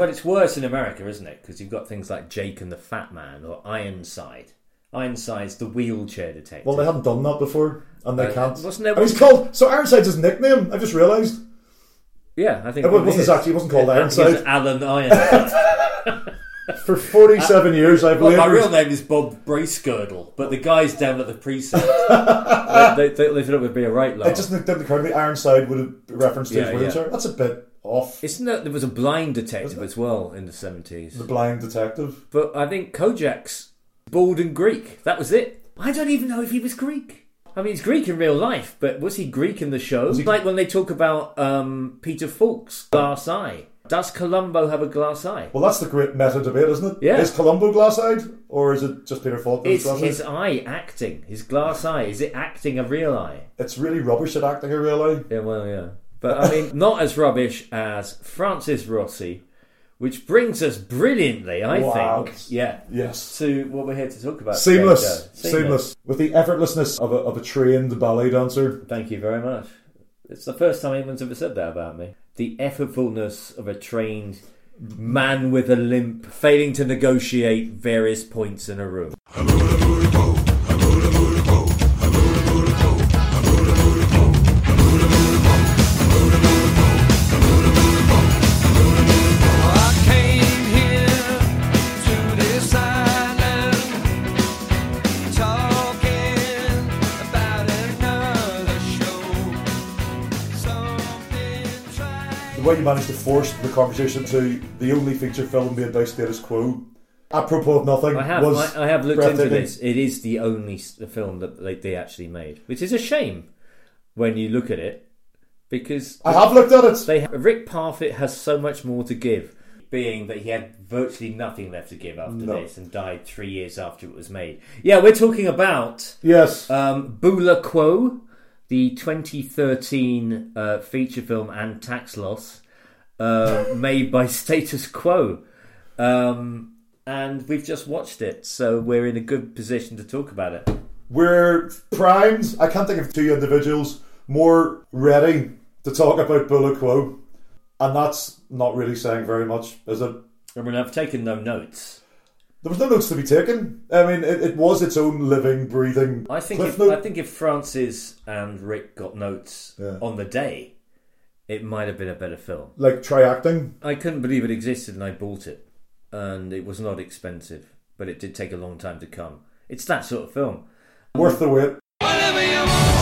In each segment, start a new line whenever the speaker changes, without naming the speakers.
But it's worse in America, isn't it? Because you've got things like Jake and the Fat Man or Ironside. Ironside's the wheelchair detective.
Well, they haven't done that before, and they
Uh,
can't.
wasn't there
Oh, he's
one-
called so Ironside's his nickname. I just realised.
yeah, I think
It
what
wasn't
Oh, is.
actually- it wasn't called
Yeah, I think
Ironside.
it's Alan Ironside.
For forty-seven years, I
well,
believe.
my real name is Bob Bracegirdle, but the guys down at the precinct they, they, they live it up with being right
it
laugh.
just didn't occur to me. Ironside would have referenced to
Yeah,
his
yeah.
wheelchair. That's a bit off.
Isn't that there was a blind detective as well in the seventies?
the blind detective.
But I think Kojak's bald and Greek. That was it. I don't even know if he was Greek. I mean, he's Greek in real life, but was he Greek in the show? It's like when they talk about um, Peter Falk's glass eye. Does Columbo have a glass eye?
Well, that's the great meta debate, isn't it?
Yeah.
Is Columbo glass-eyed, or is it just Peter Falk that's
Is
glass-eyed?
his eye acting? His glass eye is it acting a real eye?
It's really rubbish at acting, I realise.
Yeah, well, yeah. But I mean, not as rubbish as Francis Rossi, which brings us brilliantly, I
Wow.
think. Yeah.
Yes.
To what we're here to talk about. today,
Seamless.
Joe.
Seamless. With the effortlessness of a, of a trained ballet dancer.
Thank you very much. It's the first time anyone's ever said that about me. The effortfulness of a trained man with a limp failing to negotiate various points in a room.
I came here to this island, talking about another show. Something
The way you managed to force the conversation to the only feature film made by status quo, apropos of nothing,
I have,
was
I, I have looked into
breathtaking.
this. It is the only s- film that they, they actually made, which is a shame when you look at it, because
I have looked at it.
they Rick Parfitt has so much more to give, being that he had virtually nothing left to give after
No.
this and died three years after it was made. Yeah, we're talking about
Yes.
um, Bula Quo, the 2013 uh, feature film and tax loss uh, made by Status Quo. Um, and we've just watched it, so we're in a good position to talk about it.
We're primed. I can't think of two individuals more ready to talk about Bullet Quo. And that's not really saying very much, is it?
I mean, I've taken no notes.
There was no notes to be taken. I mean, it, it was its own living, breathing.
I think
cliff
if,
note.
I think if Francis and Rick got notes
Yeah.
on the day, it might have been a better film.
like try acting.
I couldn't believe it existed and I bought it. And it was not expensive, but it did take a long time to come. It's that sort of film.
Worth the wait.
Whatever you want,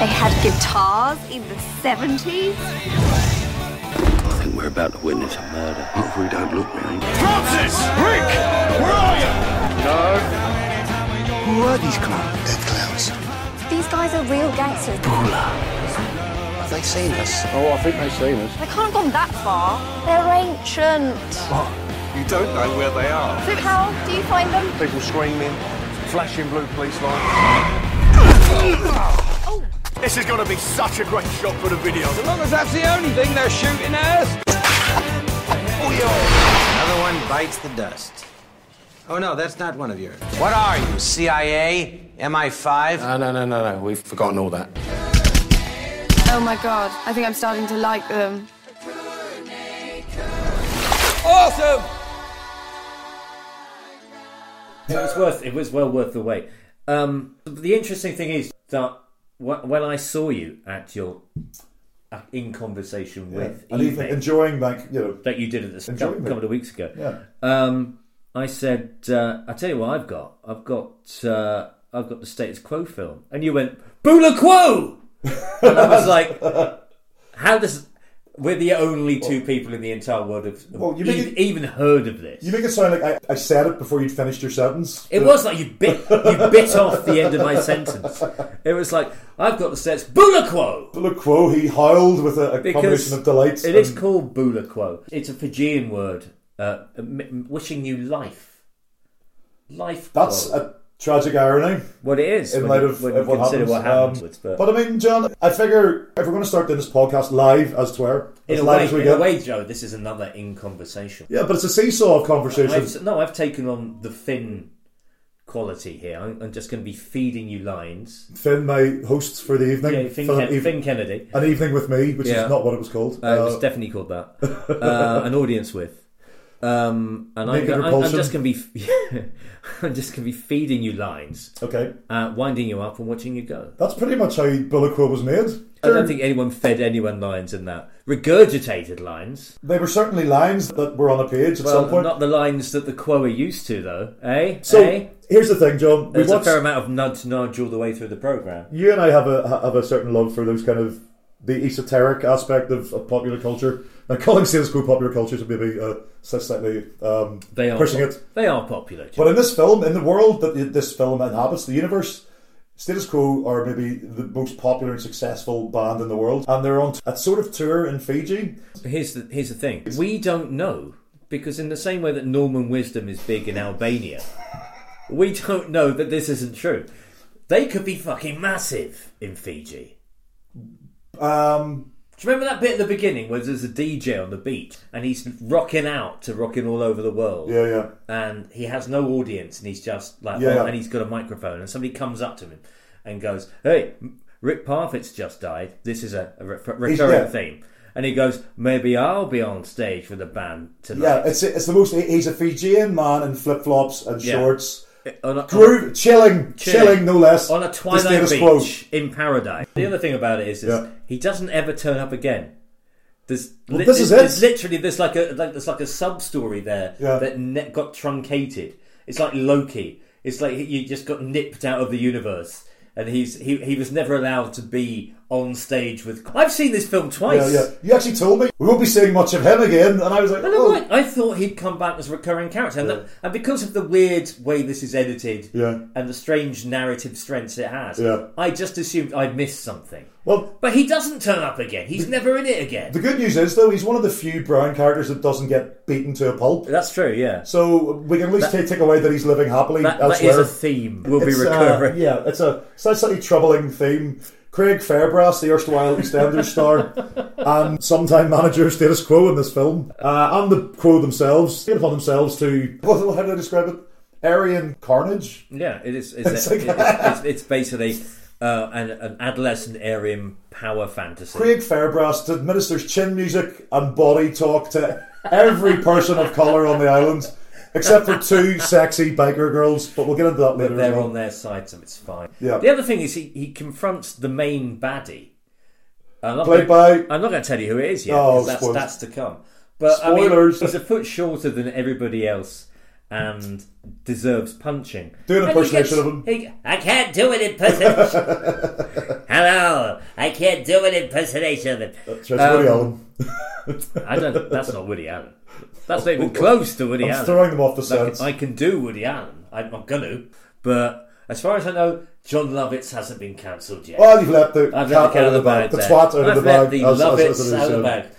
They had guitars in the 70s.
I think we're about to witness a murder. If we don't look round.
Francis! Rick! Where are you?
Who are these clowns?
Dead clowns.
These guys are real gangsters.
Have they seen us?
Oh, I think they've seen us.
They can't have gone that far. They're ancient.
You don't know where they are.
So how do you find them?
People screaming, flashing blue police lights. This is going to be such a great shot for the video.
as long as that's the only thing they're shooting at us.
Another one bites the dust. Oh no, that's not one of yours. What are you? CIA? MI5?
No, no, no, no, no. We've forgotten all that.
Oh my god, I think I'm starting to like them.
Awesome!
it was worth it was well worth the wait um the interesting thing is that wh- when i saw you at your uh, in conversation with
And even
Evening,
enjoying, like, you know,
that you did at this a couple,
Enjoyment.
couple of weeks ago
Yeah.
um i said uh, i tell you what i've got i've got uh i've got the status quo film and you went bula quo and i was like how does we're the only two people in the entire world have
Well, you
e-
mean-
even heard of this
you make it sound like I, I said it before you'd finished your sentence.
It was like you bit you bit off the end of my sentence. It was like I've got the sets Bulaquo
Bullet Quo, he howled with a, a
because
combination of delight.
It is
and-
called Bulaquo. It's a Fijian word, uh, m- m- wishing you life. Life.
That's
quo.
a tragic irony
what it is.
in
when
light
you,
of,
when you
of what
consider
happens.
what
Um,
happened. afterwards, but,
but I mean, John, I figure if we're going to start doing this podcast live as Twitter,
in
as
a
live
way,
as we
in a
get.
way, Joe, this is another in conversation.
Yeah, but it's a seesaw of conversation.
I've, no, I've taken on the Finn quality here. I'm, I'm just going to be feeding you lines.
Finn, my host for the evening,
Yeah, Finn,
for an,
Ken-
eve-
Finn Kennedy.
an evening with me, which
Yeah.
is not what it was called.
Uh, it was definitely called that. Uh, an audience with. Um, and I'm,
Naked
go- I'm, I'm
Repulsion.
just going to be, I'm just going to be feeding you lines,
okay,
uh, winding you up, and watching you go.
that's pretty much how Bullet Quill was made.
I don't think anyone fed anyone lines in that. Regurgitated lines.
They were certainly lines that were on a page at some
Well,
point.
not the lines that the Quo are used to, though. Eh?
so
eh?
here's the thing, John. We
There's a
watched,
fair amount of nudge nudge all the way through the programme.
you and I have a ha- have a certain love for those kind of the esoteric aspect of, of popular culture. Now, calling status quo popular culture is maybe uh, slightly um,
They are
pushing
pop-
it.
They are popular.
But in this film, in the world that this film inhabits, the universe, Status Quo are maybe the most popular and successful band in the world, and they're on a sort of tour in Fiji.
Here's the here's the thing. We don't know because in the same way that Norman wisdom is big in Albania, we don't know that this isn't true. They could be fucking massive in Fiji.
Um,
Do you remember that bit at the beginning where there's a DJ on the beach and he's rocking out to rocking all over the world?
yeah, yeah.
and he has no audience and he's just like
Yeah,
oh,
yeah.
and he's got a microphone and somebody comes up to him and goes hey M- rick parfitt's just died this is a, a re- recurring
yeah.
theme and he goes maybe i'll be on stage with a band
Yeah,
tonight
it's, it's the most. He's a Fijian man in flip flops and
Yeah.
shorts.
on, a,
Groove, chilling, chilling, no less.
on a
The
twilight
Status Quo.
beach in paradise the other thing about it is, is
Yeah.
he doesn't ever turn up again there's, li-
this is
there's
it.
literally there's like a like, there's like a sub story there
Yeah.
that ne- got truncated. It's like Loki. It's like you just got nipped out of the universe, and he's he, he was never allowed to be on stage with. I've seen this film
Yeah,
twice.
yeah. You actually told me we won't be seeing much of him again, and I was like,
And I'm
oh.
like, I thought he'd come back as a recurring character, and, that, and because of the weird way this is edited,
Yeah.
and the strange narrative strengths it has,
Yeah.
I just assumed I'd missed something.
well,
But he doesn't turn up again. He's never in it again.
the good news is though he's one of the few brown characters that doesn't get beaten to a pulp.
That's true. Yeah,
So we can at least take, take away that he's living happily
that, that
elsewhere.
is a theme. We'll be
It's, uh,
recurring.
yeah, it's a it's a slightly troubling theme. Craig Fairbrass, the erstwhile EastEnders star, and sometime manager of Status Quo in this film, uh, and the Quo themselves, taking upon themselves to, well, how do I describe it? Aryan carnage.
Yeah, it is. It's,
It's
it's,
like-
it's, it's, it's basically uh, an, an adolescent Aryan power fantasy.
Craig Fairbrass administers chin music and body talk to every person of colour on the island, except for two sexy biker girls, but we'll get into that later.
They're
as well.
on their side, so it's fine.
Yeah.
The other thing is he, he confronts the main baddie. I'm not
Played
gonna,
by-
I'm not going to tell you who it is yet.
Oh,
'cause that's,
spoilers.
that's to come. But I mean,
Spoilers.
he's a foot shorter than everybody else and deserves punching.
Do an
And he
impersonation
gets-
of him.
he- I can't do an impersonation. Hello, I can't do an impersonation of him.
So it's Woody
Um,
Allen.
I don't. That's not Woody Allen. That's not even close to Woody
I'm
Allen.
throwing them off the
Like,
scent.
I can do Woody Allen. I'm not gonna. But as far as I know, John Lovitz hasn't been cancelled yet.
Well, you've let the
I've let the
cat
cat
out of the bag, the
there.
twat
I've
out of the
let
bag.
the
as- as-
Lovitz
as it is
out of the
said.
bag.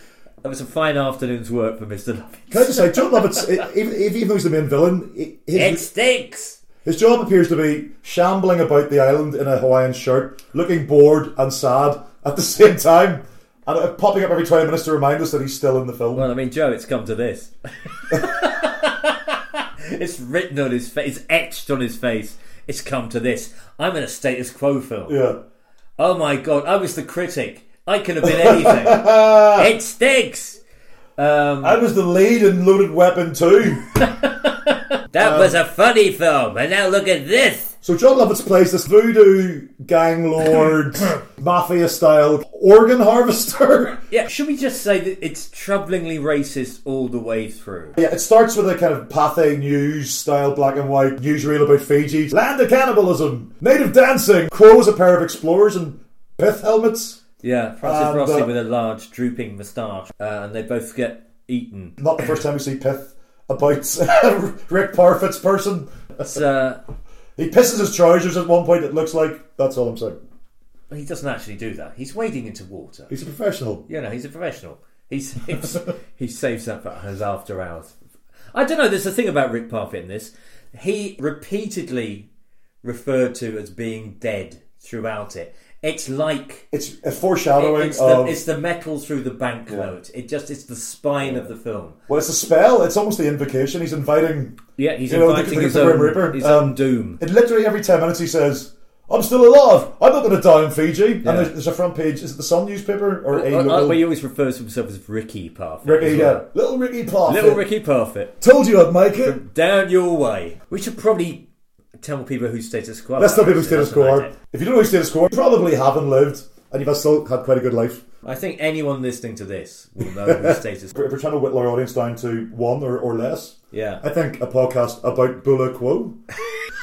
That was a fine afternoon's work for Mister Lovitz.
Can I just say, John Lovitz, i- even, even though he's the main villain, i-
It
his,
stinks.
his job appears to be shambling about the island in a Hawaiian shirt, looking bored and sad at the same time, and uh, popping up every 20 minutes to remind us that he's still in the film.
Well, I mean, Joe, it's come to this. it's written on his face. It's etched on his face. It's come to this. I'm in a status quo film.
yeah.
Oh my god, I was the critic. I could have been anything. it stinks. Um,
I was the lead in Loaded Weapon 2.
that was a funny film, and now look at this.
so John Lovitz plays this voodoo gang lord, mafia style organ harvester.
Yeah, should we just say that it's troublingly racist all the way through?
Yeah, it starts with a kind of Pathé News style black and white newsreel about Fiji, land of cannibalism, native dancing, crows, a pair of explorers, and pith helmets.
Yeah, Francis
And,
Rossi
uh,
with a large drooping moustache, uh, and they both get eaten.
Not the first time we see pith about Rick Parfitt's person.
It's, uh,
He pisses his trousers at one point, it looks like. That's all I'm saying.
he doesn't actually do that. He's wading into water.
He's a professional.
You know, he's a professional. He saves, he saves that for his after hours. I don't know. There's a thing about Rick Parfitt in this. He repeatedly referred to as being dead throughout it. It's like
It's a foreshadowing
it's, the,
of.
it's the metal through the banknote. It just it's the spine of the film.
well, it's a spell. It's almost the invocation. He's inviting.
Yeah, he's
You know, the-
inviting
the-
his,
the Grim
own,
Reaper,
his
um,
own doom.
It literally every ten minutes he says, "I'm still alive. I'm not going to die in Fiji." And
Yeah. Uh,
there's, there's a front page. Is it the Sun newspaper or a
I like
local?
where Oh, he always refers to himself as Ricky Parfit.
Ricky,
as
yeah,
well.
little Ricky Parfit.
Little Ricky Parfit.
Told you I'd make it.
Down your way. We should probably tell people who status quo.
That's not
are,
people
actually.
status
That's what
quo.
I
are.
did.
If you don't know who status quo, are, you probably haven't lived, and you've still had quite a good life.
I think anyone listening to this will know who status
If we're trying to whittle our audience down to one or, or less, I
Yeah.
think a podcast about Bula Quo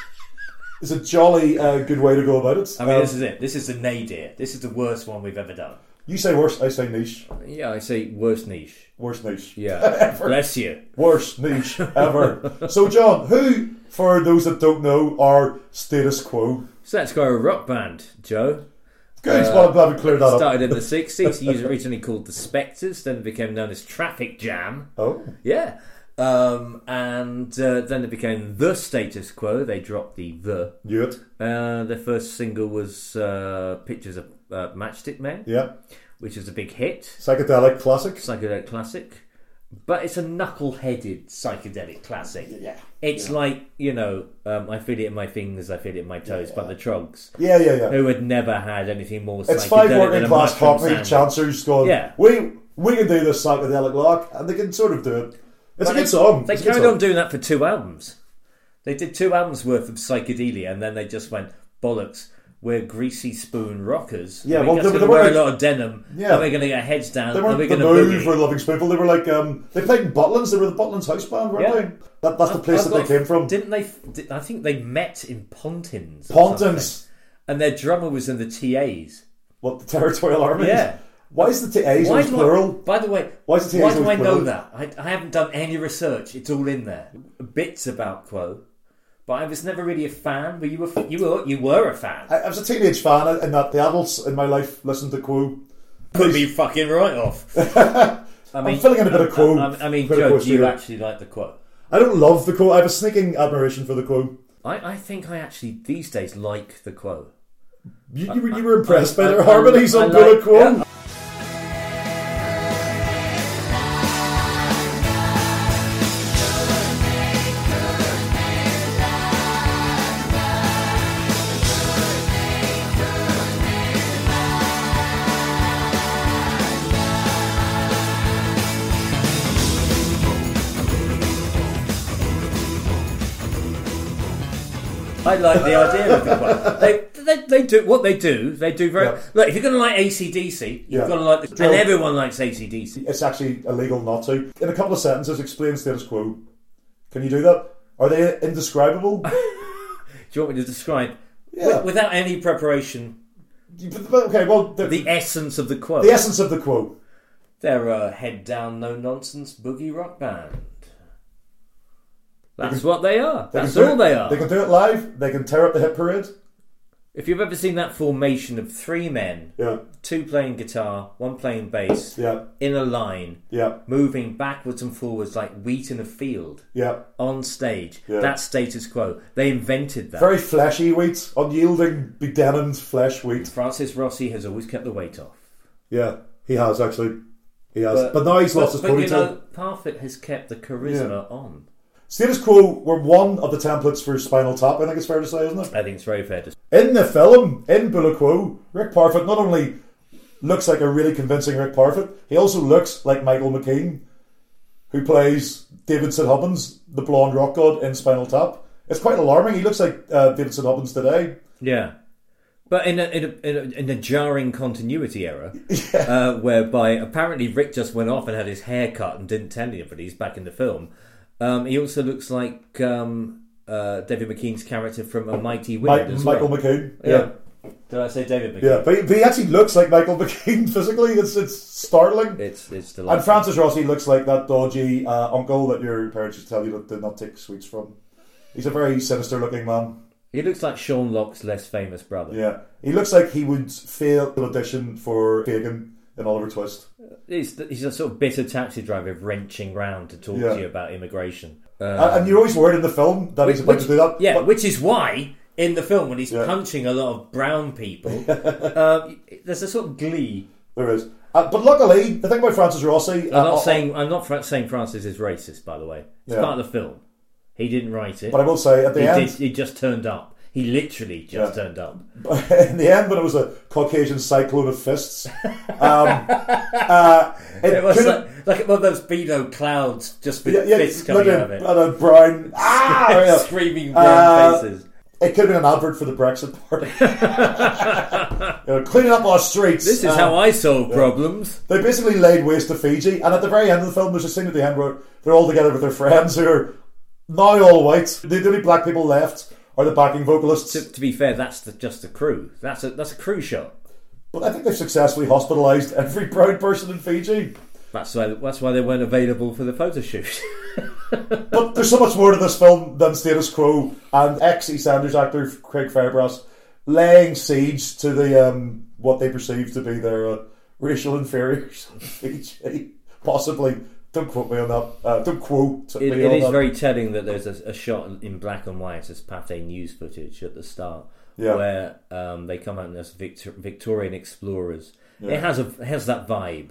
is a jolly uh, good way to go about it.
I mean,
Um,
this is it. This is the nadir. This is the worst one we've ever done.
you say worse, I say niche.
Yeah, I say worst niche.
Worst niche.
Yeah. Bless you.
Worst niche ever. so, John, who, for those that don't know, are status quo?
So that's quite a rock band, Joe.
Good, well, I'm glad we cleared that up.
Uh, Started in the 60s. He was originally called The Spectres, then it became known as Traffic Jam.
Oh,
Yeah. Um, and uh, then it became The Status Quo. They dropped the The.
knew it.
Uh, their first single was uh, Pictures of uh, Matchstick Men,
Yeah.
which was a big hit.
Psychedelic classics.
psychedelic classic, but it's a knuckle-headed psychedelic classic. Yeah, it's like you know, um, I feel it in my fingers, I feel it in my toes, by the Trogs,
Yeah, yeah, yeah.
who had never had anything more psychedelic
It's five
than
working
a
class
mushroom
coffee
sandwich.
chancers going,
Yeah.
we, we can do this psychedelic lock, and they can sort of do it. It's a
But
good
they-
song.
They
It's a good
carried
song.
on doing that for two albums. They did two albums worth of psychedelia, and then they just went bollocks. We're greasy spoon rockers.
Yeah,
we're
well,
just
they-
gonna
they
wear a
weren't-
lot of denim.
Yeah.
and we're going to get heads down.
They
and we're
weren't the
going to
Move or Loving Spoonful. They were like um, they played in Butlins. They were the Butlins house band, weren't
Yeah.
they? That, that's the place that they came from.
Didn't they? di- I think they met in Pontins. or something.
Pontins,
and their drummer was in the TAs.
what the territorial army? is.
Yeah.
Why is the TAs
Why
always
do I,
plural?
by the way,
Why is the
why
TAs
do I
always
know
plural?
that? I, I haven't done any research. It's all in there. Bits about Quo, but I was never really a fan. But you were, f- you were, you were a fan.
I, I was a teenage fan, and that the adults in my life listened to Quo.
Could be fucking right off. I mean,
filling in a bit of Quo.
I, I- I mean,
Bit of
Joe,
Quo
do you
theory.
actually like the Quo?
I don't love the Quo. I have a sneaking admiration for the Quo.
I, I think I actually these days like the Quo.
You, you, were- you were impressed by
I-
their
I-
harmonies
I
on
like-
Bullet Quo.
yeah. I like the idea of the Quo. They, they, they do what they do. They do very.
Yeah.
Look, if you're going to like ACDC, you've
Yeah.
got to like. The,
Drill.
and everyone likes ACDC.
It's actually illegal not to. In a couple of sentences, explain status quo. Can you do that? Are they indescribable?
Do you want me to describe
Yeah.
Wi- without any preparation
But- but- okay, well, the,
the
the,
essence of the quote?
essence of the quo.
They're a head down, no nonsense boogie rock band. That's what they are.
They can
That's
do
all
it-
they are.
They can do it live. They can tear up the hit parade.
If you've ever seen that formation of three men,
Yeah,
two playing guitar, one playing bass,
yeah,
in a line,
yeah,
moving backwards and forwards like wheat in a field
yeah.
on stage,
Yeah.
that's status quo. They invented that.
Very fleshy wheat, unyielding, bedenoned flesh wheat.
Francis Rossi has always kept the weight off.
Yeah, he has actually. He has. But, now he's lost
but-
his
but,
ponytail.
you know, Parfit has kept the charisma on.
status quo were one of the templates for Spinal Tap, I think it's fair to say, isn't it?
I think it's very fair to say.
In the film, in Bullet Quo, Rick Parfitt not only looks like a really convincing Rick Parfitt, he also looks like Michael McKean, who plays Davidson Hubbins, the blonde rock god in Spinal Tap. It's quite alarming. He looks like uh, Davidson Hubbins today.
Yeah. But in a, in a, in a, in a jarring continuity error, uh, whereby apparently Rick just went off and had his hair cut and didn't tell anybody he's back in the film, um, he also looks like um, uh, David McKean's character from A Mighty Wind.
Mi-
as
Michael
well.
McKean. Yeah.
Yeah.
yeah.
Did I say David McKean?
But, he, but he actually looks like Michael McKean physically. It's, it's startling.
It's, it's
and
delightful.
Francis Rossi looks like that dodgy uh, uncle that your parents used to tell you to not take sweets from. He's a very sinister looking man.
he looks like Sean Locke's less famous brother.
Yeah, he looks like he would fail an audition for Fagin in Oliver Twist.
He's, he's a sort of bitter taxi driver wrenching round to talk
Yeah.
to you about immigration.
and, and you're always worried in the film that he's about
Uh, Which-
to do that.
Yeah,
but
which is why in the film when he's
Yeah.
punching a lot of brown people. uh, there's a sort of glee.
There is. Uh, but luckily, the thing about Francis Rossi. uh,
I'm not saying I'm not fra- saying Francis is racist, by the way. It's
oh, Yeah.
part of the film. He didn't write it.
But I will say, at the
he,
end,
did, he just turned up. He literally just
Yeah.
turned up.
in the end, when it was a Caucasian cyclone of fists, um, uh, it,
It was
could've-
like, like one of those Beano clouds just with
yeah, yeah,
fists
like
coming out
a,
of it.
like a brown ah, yeah.
Screaming brown
Uh,
faces.
It could have been an advert for the Brexit Party. You know, cleaning up our streets.
This is
Uh,
how I solve problems.
They basically laid waste to Fiji, and at the very end of the film, there's a scene at the end where they're all together with their friends who are now all white. The the only black people left are the backing vocalists.
To, to be fair, that's the, just the crew. That's a that's a crew shot.
But I think they've successfully hospitalised every brown person in Fiji.
That's why that's why they weren't available for the photo shoot.
But there's so much more to this film than status quo and ex E. Sanders actor Craig Fairbrass laying siege to the um, what they perceive to be their uh, racial inferiors in Fiji. Possibly. Don't quote me on that. Uh, don't quote
It,
me
it
on
is
that.
very telling that there's a, a shot in black and white as Pate news footage at the start,
Yeah.
where um, they come out as Victor, Victorian explorers. It has a it has that vibe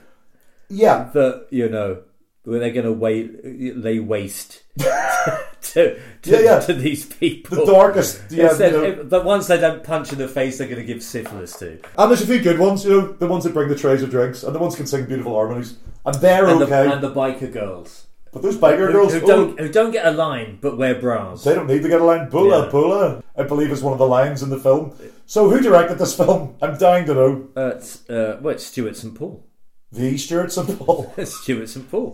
yeah.
that you know where they're going to wait lay waste to to,
Yeah, yeah.
to these people.
The darkest. Yeah,
Instead-
you know.
if- the ones they don't punch in the face, they're going to give syphilis to.
and there's a few good ones, you know, the ones that bring the trays of drinks and the ones that can sing beautiful harmonies. And they're
And,
okay.
the, and the biker girls.
but those biker
Who,
girls,
who
oh,
don't who don't get a line but wear bras.
They don't need to get a line. Bula,
Yeah.
Bula, I believe is one of the lines in the film. So who directed this film? I'm dying to know.
Uh, it's, uh, well, it's Stuart St Paul.
The Stuart St. Paul.
It's Stuart St Paul.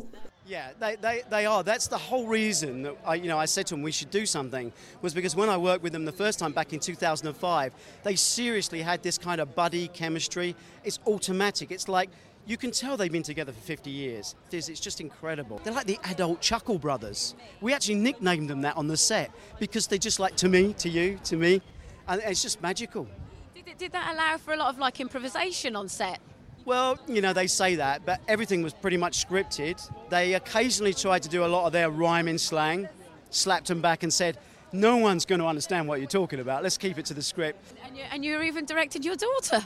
Yeah, they, they, they are. That's the whole reason that I, you know, I said to them we should do something was because when I worked with them the first time back in 2005, they seriously had this kind of buddy chemistry. It's automatic. It's like you can tell they've been together for 50 years. It is, it's just incredible. They're like the adult Chuckle Brothers. We actually nicknamed them that on the set because they're just like to me, to you, to me. And it's just magical.
Did, did that allow for a lot of like improvisation on set?
Well, you know, they say that, but everything was pretty much scripted. They occasionally tried to do a lot of their rhyme in slang, slapped them back and said, No one's going to understand what you're talking about. Let's keep it to the script.
And you, and you even directed your daughter.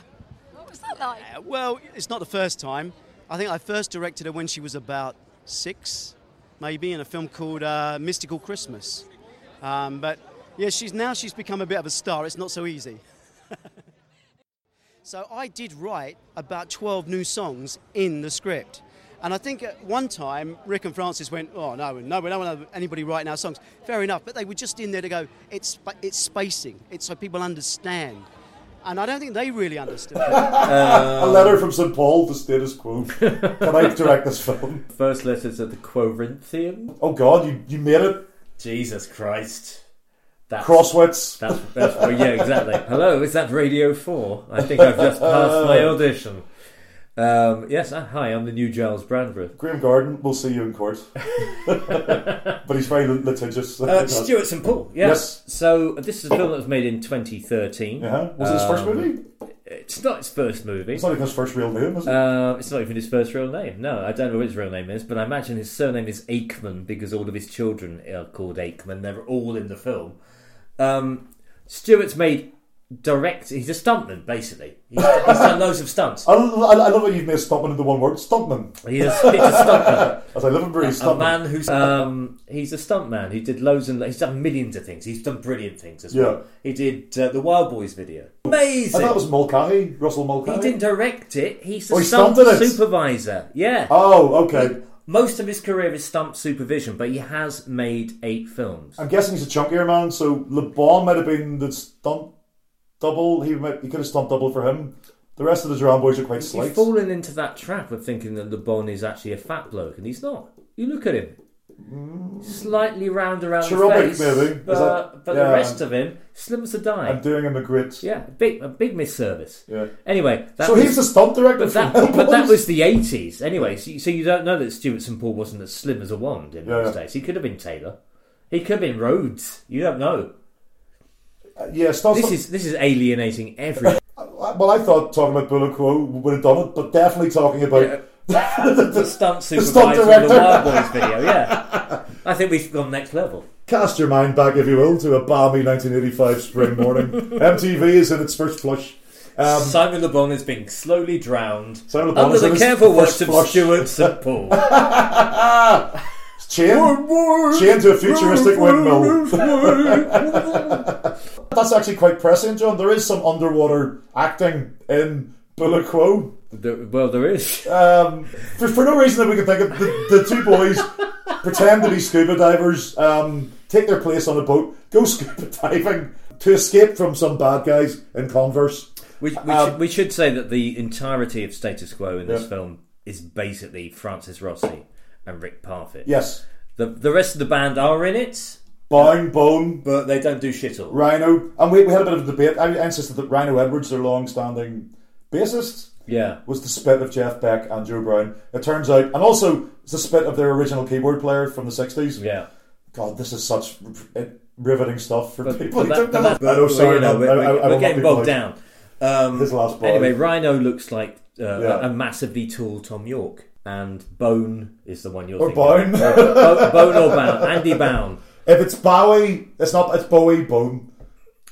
What was that like?
Uh, Well, it's not the first time. I think I first directed her when she was about six, maybe, in a film called uh, Mystical Christmas. Um, but yeah, she's now she's become a bit of a star. It's not so easy. so I did write about 12 new songs in the script. And I think at one time, Rick and Francis went, oh, no, no, we don't want anybody writing our songs. Fair enough, but they were just in there to go, it's, sp- it's spacing, it's so people understand. And I don't think they really understood.
a
Um,
letter from St. Paul to status quo. Can I direct this film?
First letters of the Corinthian.
Oh God, you, you made it.
Jesus Christ. That's,
Crosswits.
That's, that's well, yeah, exactly. Hello, is that Radio Four? I think I've just passed my audition. Um, yes, uh, hi, I'm the new Giles Brandreth.
Graham Garden, we'll see you in court. but he's very lit- litigious.
Uh, Stuart St Paul. Yes.
Yes.
So this is a film that was made in 2013.
Uh-huh. Was it his first
Um,
movie?
It's not his first movie.
It's not even his first real name, is it?
Uh, it's not even his first real name. No, I don't know what his real name is, but I imagine his surname is Aikman because all of his children are called Aikman. They're all in the film. Um, Stewart's made direct. He's a stuntman, basically. He's, he's done loads of stunts.
I, lo- I, I love how you've made stuntman into one word. Stuntman.
He's a, he's a
As I live and breathe,
stuntman. A
stuntman.
man who's um, he's a stuntman. He did loads and lo- he's done millions of things. He's done brilliant things as well.
Yeah.
He did uh, the Wild Boys video.
And
Amazing.
that was Mulcahy, Russell Mulcahy.
he didn't direct it. He's the
Oh, he
stunt
stunted it.
supervisor. Yeah.
Oh, okay.
Most of his career is stunt supervision, but he has made eight films.
I'm guessing he's a chunkier man, so Le Bon might have been the stunt double. He might, he could have stunt double for him. The rest of the Duran boys are quite
You've
slight.
fallen into that trap of thinking that Le Bon is actually a fat bloke, and he's not. You look at him. Slightly round around the
Cherubic,
face,
maybe. Is
but,
that-
but the
yeah.
rest of him, slim as a die.
I'm doing him a great.
yeah, big, a big misservice.
Yeah.
Anyway, that
So
was,
he's the stunt director.
but that,
for Le
but that
Bons?
was the eighties. Anyway, so you, so you don't know that Stuart St Paul wasn't as slim as a wand in those
Yeah.
days. He could have been Taylor. He could have been Rhodes. You don't know.
yeah. Stunt,
This is this is alienating everyone.
well, I thought talking about Bullet Quo would have done it, but definitely talking about
the stunt
stunt
supervisor in the
director.
Wild Boys video. Yeah, I think we've gone next level.
Cast your mind back, if you will, to a balmy 1985 spring morning. MTV is in its first flush. Um,
Simon Le Bon is being slowly drowned
Simon Le Bon
under
is in
the
his
careful
first
watch of
flush.
Stuart St. Paul.
Chain, chain to a futuristic windmill. That's actually quite prescient, John. There is some underwater acting in Bullet Quo.
There- well, there is.
Um, for, for no reason that we can think of, the, the two boys pretend to be scuba divers, um, take their place on a boat, go scuba diving to escape from some bad guys in Converse.
We, we,
um,
should, we should say that the entirety of status quo in this film is basically Francis Rossi and Rick Parfitt.
Yes.
The, the rest of the band are in it,
Bong, Bone,
but they don't do shit all.
Rhino. And we, we had a bit of a debate. I, I insisted that Rhino Edwards, their long standing bassist,
Yeah.
was the spit of Jeff Beck and Joe Brown. It turns out, and also it's the spit of their original keyboard player from the 60s.
Yeah.
God, this is such r- riveting stuff for
But,
people.
but that, but that-
I know, sorry,
you know,
no,
we're,
I-
we're-
I- I
we're
will not be
getting bogged
polite.
down. Um,
This last part.
anyway, Rhino looks like uh,
Yeah.
a massively tall Tom York, and Bone is the one you're
Or
thinking
Bone.
of. Or Bo- Bone or Bound. Andy Bound.
If it's Bowie, it's not. It's Bowie. Boom.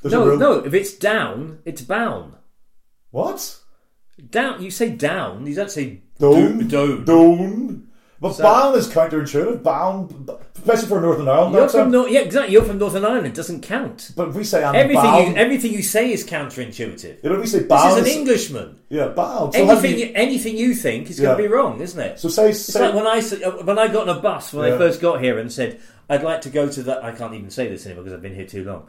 There's a
No,
rule.
no, if it's down, it's Bound.
What?
Down, you say down, you don't say
Dome.
Dome.
Dome. But Bound is counterintuitive. Bound, especially for Northern Ireland.
You're
accent.
from North, yeah, exactly. You're from Northern Ireland. It doesn't count.
but we say I'm
Everything you,
Bound.
everything you say is counterintuitive.
you know, we say
This
Bound.
is an Englishman.
Yeah, Bound. So, how do
Anything,
you,
you, anything you think is going to
Yeah.
be wrong, isn't it?
so say,
It's
say
like when I s- uh, when I got on a bus when I
Yeah.
first got here and said I'd like to go to the I can't even say this anymore because I've been here too long.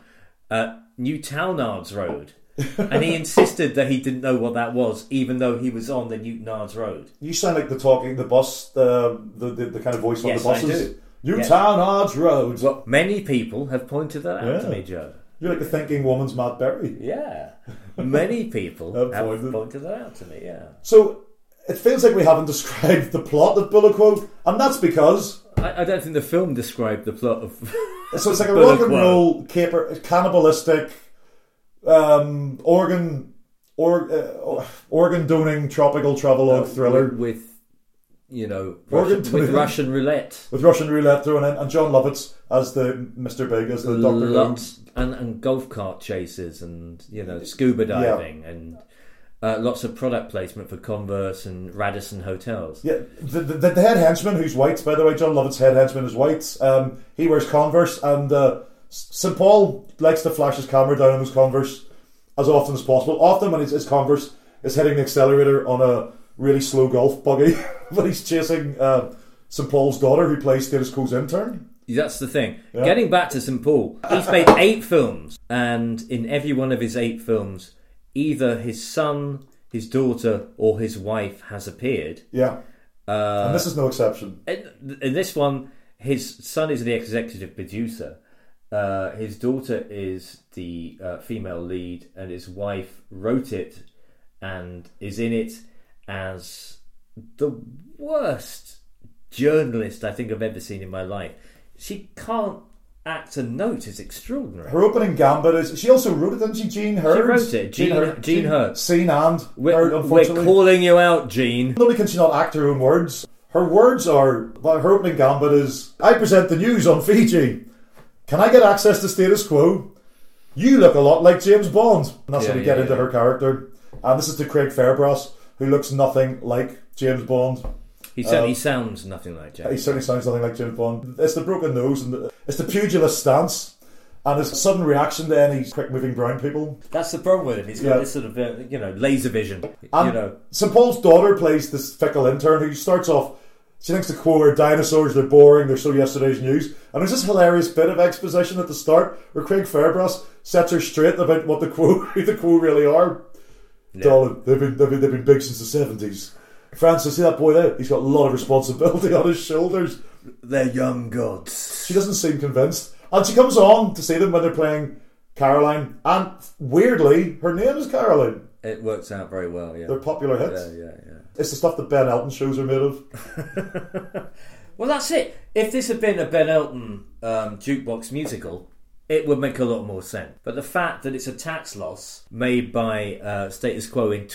Uh, New Townards Road, and he insisted that he didn't know what that was, even though he was on the Newtonards Road.
you sound like the talking, the bus, the the, the, the kind of voice
Yes,
on
I
the buses.
do.
Newtown Ards Road.
Well, many people have pointed that out to
Yeah.
me, Joe.
You're like the thinking woman's Matt Berry.
Yeah, many people
Have
have
pointed.
pointed that out to me. Yeah,
So it feels like we haven't described the plot of Bullet Quote, and that's because
I, I don't think the film described the plot of.
so it's like a
Bullet
rock and
Quote.
roll caper, cannibalistic, um, organ, or, uh, organ doning tropical travelogue thriller
with, with, you know
Organ
Russian, with
tuna.
Russian roulette.
with Russian roulette thrown in, and John Lovitz as the Mr. Big as the Doctor Who.
lots and, and golf cart chases and you know scuba diving and uh, lots of product placement for Converse and Radisson hotels.
Yeah, the, the, the head henchman, who's white, by the way, John Lovett's head henchman is white. Um, he wears Converse, and uh, St. Paul likes to flash his camera down on his Converse as often as possible. Often when his, his Converse is hitting the accelerator on a really slow golf buggy, but he's chasing uh, St. Paul's daughter, who plays Status Quo's intern.
That's the thing. Getting back to St Paul, he's made eight films, and in every one of his eight films, either his son, his daughter, or his wife has appeared.
Yeah.
Uh,
and this is no exception.
In, in this one, his son is the executive producer. Uh, his daughter is the uh, female lead, and his wife wrote it and is in it as the worst journalist I think I've ever seen in my life. She can't act a note. It's extraordinary.
Her opening gambit is. She also wrote it, didn't she? Jean Hurd.
wrote it, Jean- Jean Hurd.
Seen and Hurd,
We're, we're
unfortunately.
calling you out, Gene.
Not only can she not act her own words, her words are well, her opening gambit is I present the news on Fiji. Can I get access to status quo? You look a lot like James Bond. And that's
Yeah,
when we
yeah,
get into
yeah.
her character. And this is to Craig Fairbrass, who looks nothing like James Bond.
He
Uh,
certainly sounds nothing like James.
He certainly sounds nothing like James Bond. It's the broken nose and the, it's the pugilist stance and his sudden reaction to any quick moving brown people.
That's the problem with him. He's got
Yeah. Um,
this sort of, uh, you know, laser vision. you
And
know,
St. Paul's daughter plays this fickle intern who starts off. She thinks the quote are dinosaurs, they're boring, they're so yesterday's news. And there's this hilarious bit of exposition at the start where Craig Fairbrass sets her straight about what the quo, who the quo really are. Darling, they've been, they've, been, they've been big since the 70s. Francis, see that boy there? He's got a lot of responsibility on his shoulders.
they're young gods.
She doesn't seem convinced. And she comes on to see them when they're playing Caroline. And weirdly, her name is Caroline.
It works out very well, yeah.
They're popular hits.
Yeah, yeah, yeah.
It's the stuff that Ben Elton shows are made of.
Well, that's it. If this had been a Ben Elton um, jukebox musical, it would make a lot more sense. But the fact that it's a tax loss made by uh, status quo in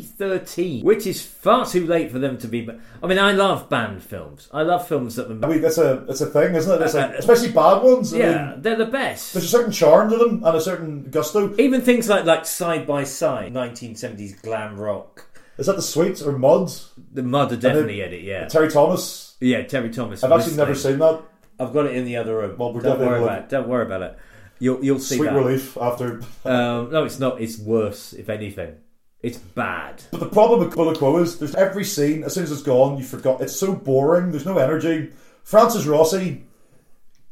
2013, which is far too late for them to be. I mean, I love banned films. I love films that
I
were.
mean, that's a that's a thing, isn't it? It's like,
Uh, uh,
especially bad ones. I
Yeah,
mean,
they're the best.
there's a certain charm to them and a certain gusto.
Even things like like side by side, 1970s glam rock.
Is that the sweets or muds?
The mud are definitely in it. Yeah,
Terry Thomas.
yeah. Terry Thomas.
I've actually never
listening.
seen that.
I've got it in the other room.
Well, we're
don't
definitely
worry about
gonna-
it. Don't worry about it. You'll you'll see
Sweet
that.
relief after.
Um, no, it's not. It's worse. If anything, it's bad.
But the problem with Bullet Quo is there's every scene, as soon as it's gone, you forgot. It's so boring, there's no energy. Francis Rossi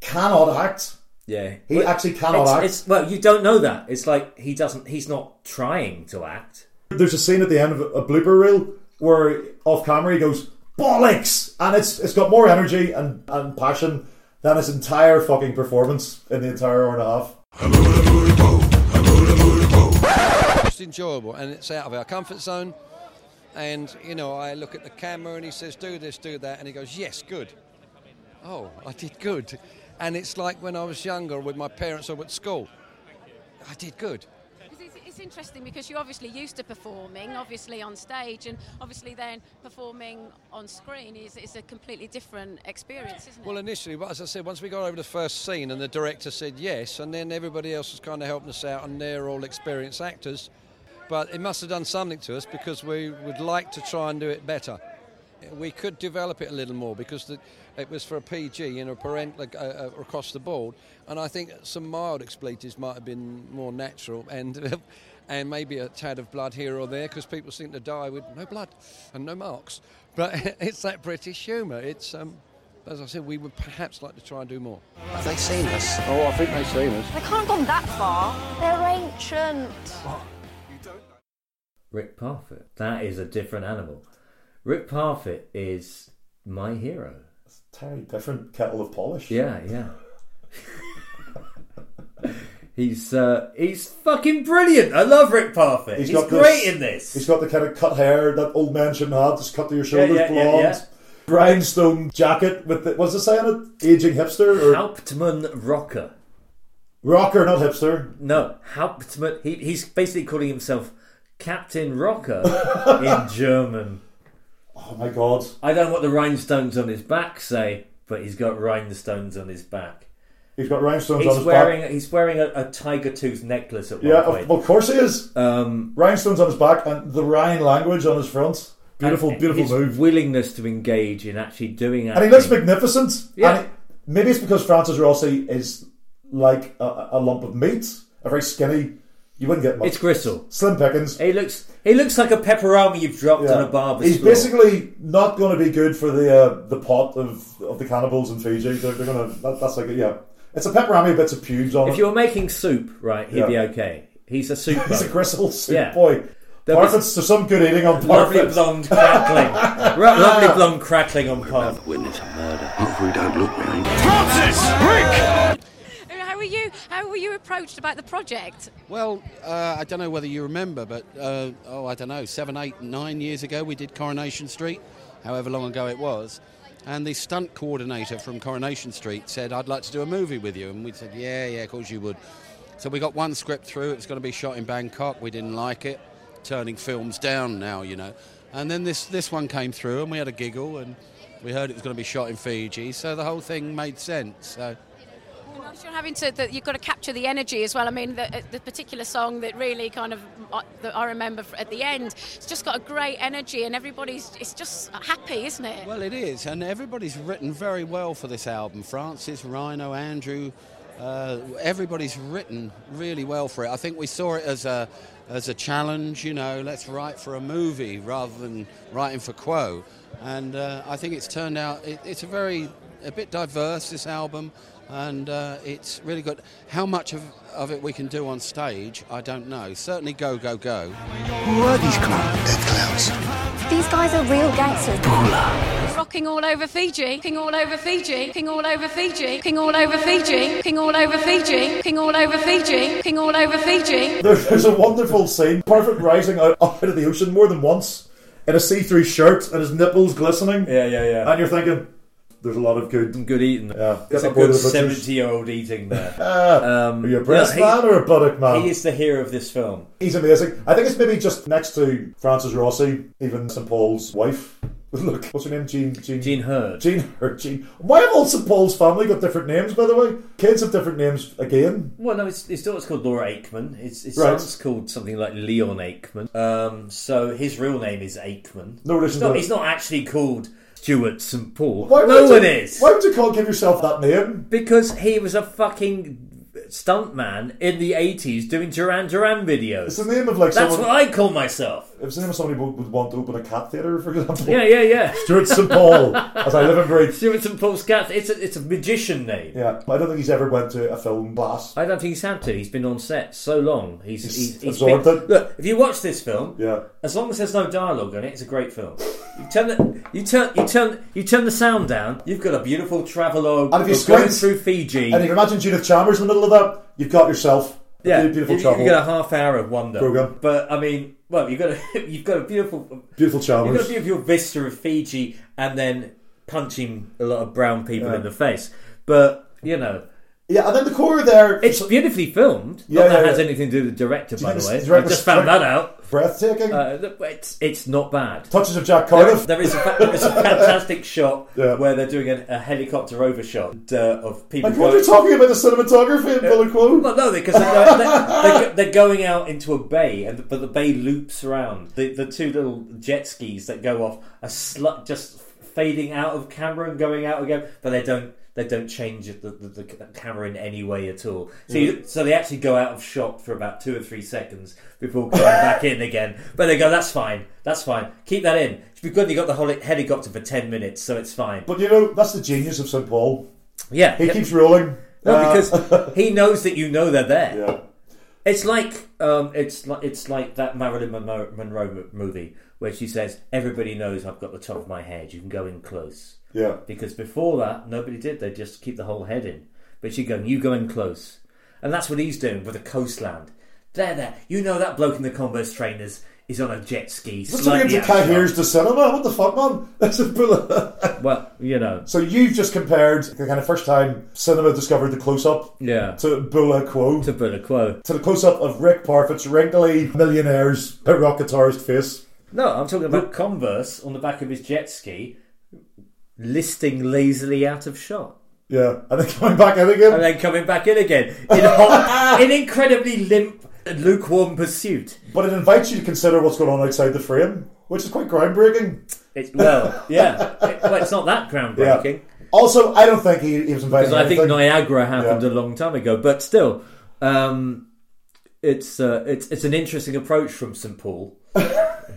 cannot act.
Yeah,
He actually cannot
it's,
act.
it's- well, you don't know that. It's like he doesn't. He's not trying to act.
There's a scene at the end of a blooper reel where off camera he goes, Bollocks! And it's it's got more energy and, and passion than his entire fucking performance in the entire hour and a half.
It's enjoyable and it's out of our comfort zone. And, you know, I look at the camera and he says, do this, do that. And he goes, yes, good. Oh, I did good. And it's like when I was younger with my parents or at school. I did good.
Because It's, it's interesting because you're obviously used to performing, obviously on stage, and obviously then performing on screen is, is a completely different experience, isn't it?
Well, initially, but as I said, once we got over the first scene and the director said yes, and then everybody else was kind of helping us out, and they're all experienced actors. But it must have done something to us because we would like to try and do it better. We could develop it a little more because the, it was for a PG and a parent like, uh, uh, across the board, and I think some mild expletives might have been more natural and. And maybe a tad of blood here or there because people seem to die with no blood and no marks. But it's that British humour. It's um, as I said, we would perhaps like to try and do more. Have they seen us? Oh, I think they've seen us.
They can't have gone that far. They're ancient.
Rick Parfitt. That is a different animal. Rick Parfitt is my hero.
Entirely different kettle of polish.
Yeah, yeah. he's uh, he's fucking brilliant. I love Rick Parfitt. He's, great in this.
He's got the kind of cut hair that old men shouldn't have, just cut to your shoulders,
yeah, yeah,
blonde.
yeah.
Grindstone jacket with the, what's it saying? It aging hipster or
Hauptmann rocker.
rocker, not hipster.
No, Hauptmann. He, he's basically calling himself Captain Rocker in German.
Oh my god!
I don't know what the rhinestones on his back say, but he's got rhinestones on his back.
He's got rhinestones on
He's
his
wearing
back.
he's wearing a, a tiger tooth necklace at one
Yeah,
point.
of, of course he is.
Um,
rhinestones on his back and the Rhine language on his front. Beautiful,
And
beautiful
his
move.
Willingness to engage in actually doing
And he looks magnificent.
Yeah.
And it- maybe it's because Francis Rossi is like a, a lump of meat, a very skinny. You wouldn't get much.
It's gristle.
Slim pickings.
He looks he looks like a pepperoni you've dropped
Yeah.
on a barber's
He's
straw.
basically not going to be good for the uh, the pot of, of the cannibals in Fiji. They're, they're going to that, that's like a, yeah, it's a pepperami, bits of pubes on
if
it.
you were making soup, right, he'd
Yeah.
be okay. He's a soup.
He's a
boat.
gristle soup
Yeah.
boy.
There was-
Parfits to some good eating on
Lovely
parfits.
blonde crackling. Ru- lovely blonde crackling on pop.
Witness a murder. If we don't look round.
I mean, How were you? How were you approached about the project?
Well, uh, I don't know whether you remember, but uh, oh, I don't know, seven, eight, nine years ago, we did Coronation Street, however long ago it was. And the stunt coordinator from Coronation Street said, I'd like to do a movie with you. And we said, Yeah, yeah, of course you would. So we got one script through, it was going to be shot in Bangkok. We didn't like it, turning films down now, you know. And then this, this one came through, and we had a giggle, and we heard it was going to be shot in Fiji. So the whole thing made sense.
uh,
So.
And obviously You're having to. The, you've got to capture the energy as well. I mean, the, the particular song that really kind of that I remember at the end. It's just got a great energy, and everybody's. It's just happy, isn't it?
Well, it is, and everybody's written very well for this album. Francis, Rhino, Andrew, uh, everybody's written really well for it. I think we saw it as a as a challenge, you know, let's write for a movie rather than writing for Quo. And uh, I think it's turned out it, it's a very a bit diverse this album, and uh, it's really good. How much of, of it we can do on stage, I don't know. Certainly, go go go.
Who are these clowns? Dead clowns.
These guys are real gangsters.
Rocking all over Fiji, king all over Fiji, king all over Fiji, king all over Fiji, king all over Fiji, king all over Fiji, king all over Fiji.
There- There's a wonderful scene. Perfect rising out, up out of the ocean more than once in a see-through shirt and his nipples glistening.
Yeah, yeah, yeah.
And you're thinking, There's a lot of good,
good eating.
Yeah,
It's a
that boy
good
to the butchers.
seventy-year-old eating there.
Ah, are you a breast man or a buttock man?
He is the hero of this film.
He's amazing. I think it's maybe just next to Francis Rossi, even St Paul's wife. Look, what's her name? Jean Jean
Jean Hurd.
Jean Hurd. Jean. Why have all St Paul's family got different names? By the way, kids have different names again.
Well, no, his, his daughter's called Laura Aikman. His, his
Right.
son's called something like Leon Aikman. Um, so his real name is Aikman.
No relation
he's
to
not,
that.
he's not actually called Stuart St. Paul.
Why would
no
you-
one is.
Why would you call give yourself that name?
Because he was a fucking stuntman in the 80s doing Duran Duran videos.
It's the name of like
That's
someone-
what I call myself.
If it's the name of somebody who would want to open a cat theatre, for example.
Yeah, yeah, yeah.
Stuart St Paul, as I live and breathe.
Stuart St. Paul's cat. It's a, it's a magician name.
Yeah, I don't think he's ever went to a film class.
I don't think he's had to. He's been on set so long. He's,
He's
he's, he's
absorbed
been-
it.
Look, if you watch this film,
Yeah.
as long as there's no dialogue in it, it's a great film. You turn the you turn you turn you turn the sound down. You've got a beautiful travelogue.
And if you
you're going
squint-
through Fiji,
And if you imagine Judith Chalmers in the middle of that, you've got yourself a
yeah,
beautiful
you,
travel.
you get a half hour of wonder.
Program.
But I mean, well, you've got a, you've got a beautiful You've
Beautiful
got
Chalmers.
to give your vista of Fiji and then punching a lot of brown people
Yeah.
in the face. But, you know,
Yeah, and then the core there.
it's beautifully filmed.
Yeah,
Not that
yeah,
has
yeah.
anything to do with the director, by
think
the
the
way. I
director's
just found
strike-
that out.
Breathtaking.
Uh, th- it's, it's not bad.
Touches of Jack
There
Cardiff.
is, there is a, fa- there is a fantastic shot
Yeah.
where they're doing a, a helicopter overshot uh, of people.
Like, what are
going-
you talking about the cinematography in Bill and Quo?
Well, no, because they're, they're, they're, they're going out into a bay, and but the bay loops around. The the two little jet skis that go off are slu- just fading out of camera and going out again, but they don't they don't change the, the, the camera in any way at all. So you,
Mm.
so they actually go out of shot for about two or three seconds before going back in again. But they go, that's fine, that's fine, keep that in. We've only got the whole helicopter for ten minutes, so it's fine.
But you know, that's the genius of St Paul.
Yeah,
He keeps rolling.
no,
Uh,
because he knows that you know they're there.
yeah.
It's like um, it's like it's like that Marilyn Monroe, Monroe mo- movie where she says, "Everybody knows I've got the top of my head. You can go in close."
Yeah.
Because before that, nobody did. They just keep the whole head in. But she's going, "You go in close," and that's what he's doing with the coastland. There, there. You know that bloke in the Converse trainers is on a jet ski.
What's the
slightly
name to
out of shot.
Cahiers to cinema? What the fuck, man? That's a bullet.
Well, you know,
so you've just compared the kind of first time cinema discovered the close-up
yeah.
to Bull and Quo.
To put a quote.
to the close-up of Rick Parfitt's wrinkly millionaire's rock guitarist face.
No, I'm talking about Converse on the back of his jet ski, listing lazily out of shot.
Yeah, and then coming back in again.
and then coming back in again in, hot, in incredibly limp and lukewarm pursuit.
But it invites you to consider what's going on outside the frame, which is quite groundbreaking.
It's, well, yeah, It- well, it's not that groundbreaking
Also, I don't think he, he was inviting.
because I think
anything.
Niagara happened
Yeah.
a long time ago, but still, um, it's uh, it's it's an interesting approach from St Paul,
It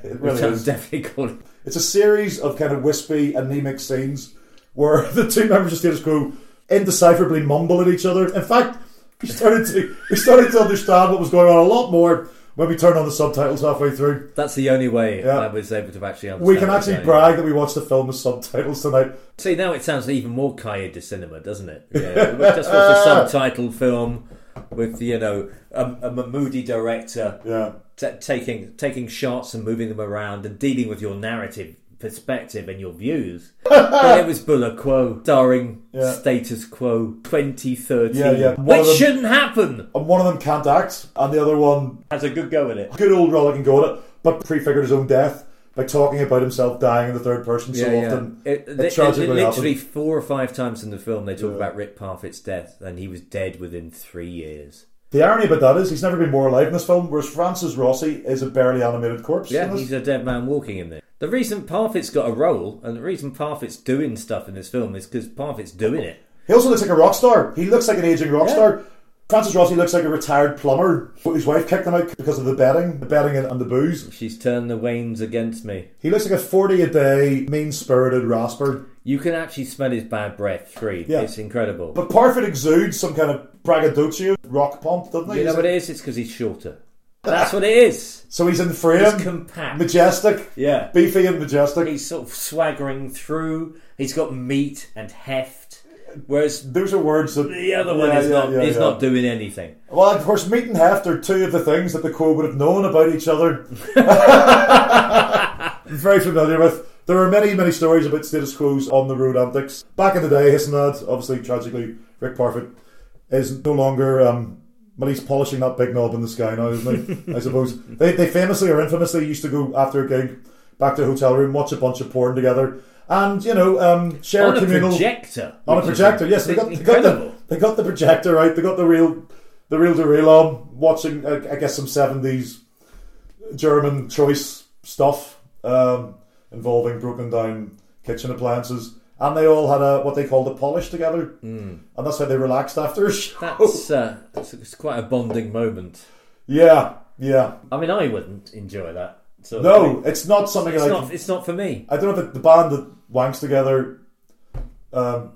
which
really
I'm
is.
definitely calling.
It's a series of kind of wispy, anemic scenes where the two members of status quo indecipherably mumble at each other. In fact, we started to we started to understand what was going on a lot more when we turned on the subtitles halfway through.
That's the only way
Yeah.
I was able to actually understand.
We can
what's
actually
going on.
brag that we watched the film with subtitles tonight.
See, now it sounds even more Cahiers de Cinema, doesn't it? Yeah, we just watched a subtitle film with you know a, a moody director
Yeah.
t- taking taking shots and moving them around and dealing with your narrative perspective and your views. but it was Bulla Quo starring
Yeah.
Status Quo 2013,
Yeah, yeah. One
which
of them-
shouldn't happen.
And one of them can't act, and the other one,
Has a good go at it.
good old rollicking go at it, but prefigured his own death by talking about himself dying in the third person so often.
It, it-
It,
it
tragically
literally
happened.
four or five times in the film they talk about Rick Parfitt's death, and he was dead within three years.
The irony about that is he's never been more alive in this film, whereas Francis Rossi is a barely animated corpse.
Yeah,
in this.
he's a dead man walking in there. The reason Parfitt's got a role, and the reason Parfitt's doing stuff in this film, is because Parfitt's doing it.
He also looks like a rock star. He looks like an aging rock
Yeah.
star. Francis Rossi looks like a retired plumber whose wife kicked him out because of the betting, the betting and, and the booze.
She's turned the wains against me.
He looks like a 40 a day, mean spirited rasper.
You can actually smell his bad breath free.
Yeah.
It's incredible.
But Parfit exudes some kind of braggadocio rock pump, doesn't he?
you know
He's
what
like-
it is? It's because he's shorter. That's what it is.
So he's in frame,
He's compact.
majestic,
Yeah.
beefy and majestic.
He's sort of swaggering through. He's got meat and heft. Whereas
Those are words that
the other one
Yeah,
is
yeah,
not
yeah,
is
yeah.
not doing anything.
Well, of course, meat and heft are two of the things that the Quo would have known about each other. Very familiar with. There are many, many stories about status quo's on the road antics. Back in the day, Hissenad, obviously tragically, Rick Parfitt is no longer. Um, but he's polishing that big knob in the sky now, isn't he? I suppose they, they famously or infamously used to go after a gig, back to a hotel room, watch a bunch of porn together, and you know um, share
On a
communal
projector,
on a
which is
projector. Yes, they got, they got the
incredible.
they got the projector right. They got the real the real to real on watching. uh, I guess some seventies German choice stuff um, involving broken down kitchen appliances. And they all had a what they called a polish together,
Mm.
and that's how they relaxed after. a show.
That's
Oh.
uh, it's, it's quite a bonding moment.
Yeah, yeah.
I mean, I wouldn't enjoy that. sort of
No,
thing.
it's not something
It's
that I
not- it's not for me.
I don't know if it, the band that wanks together um,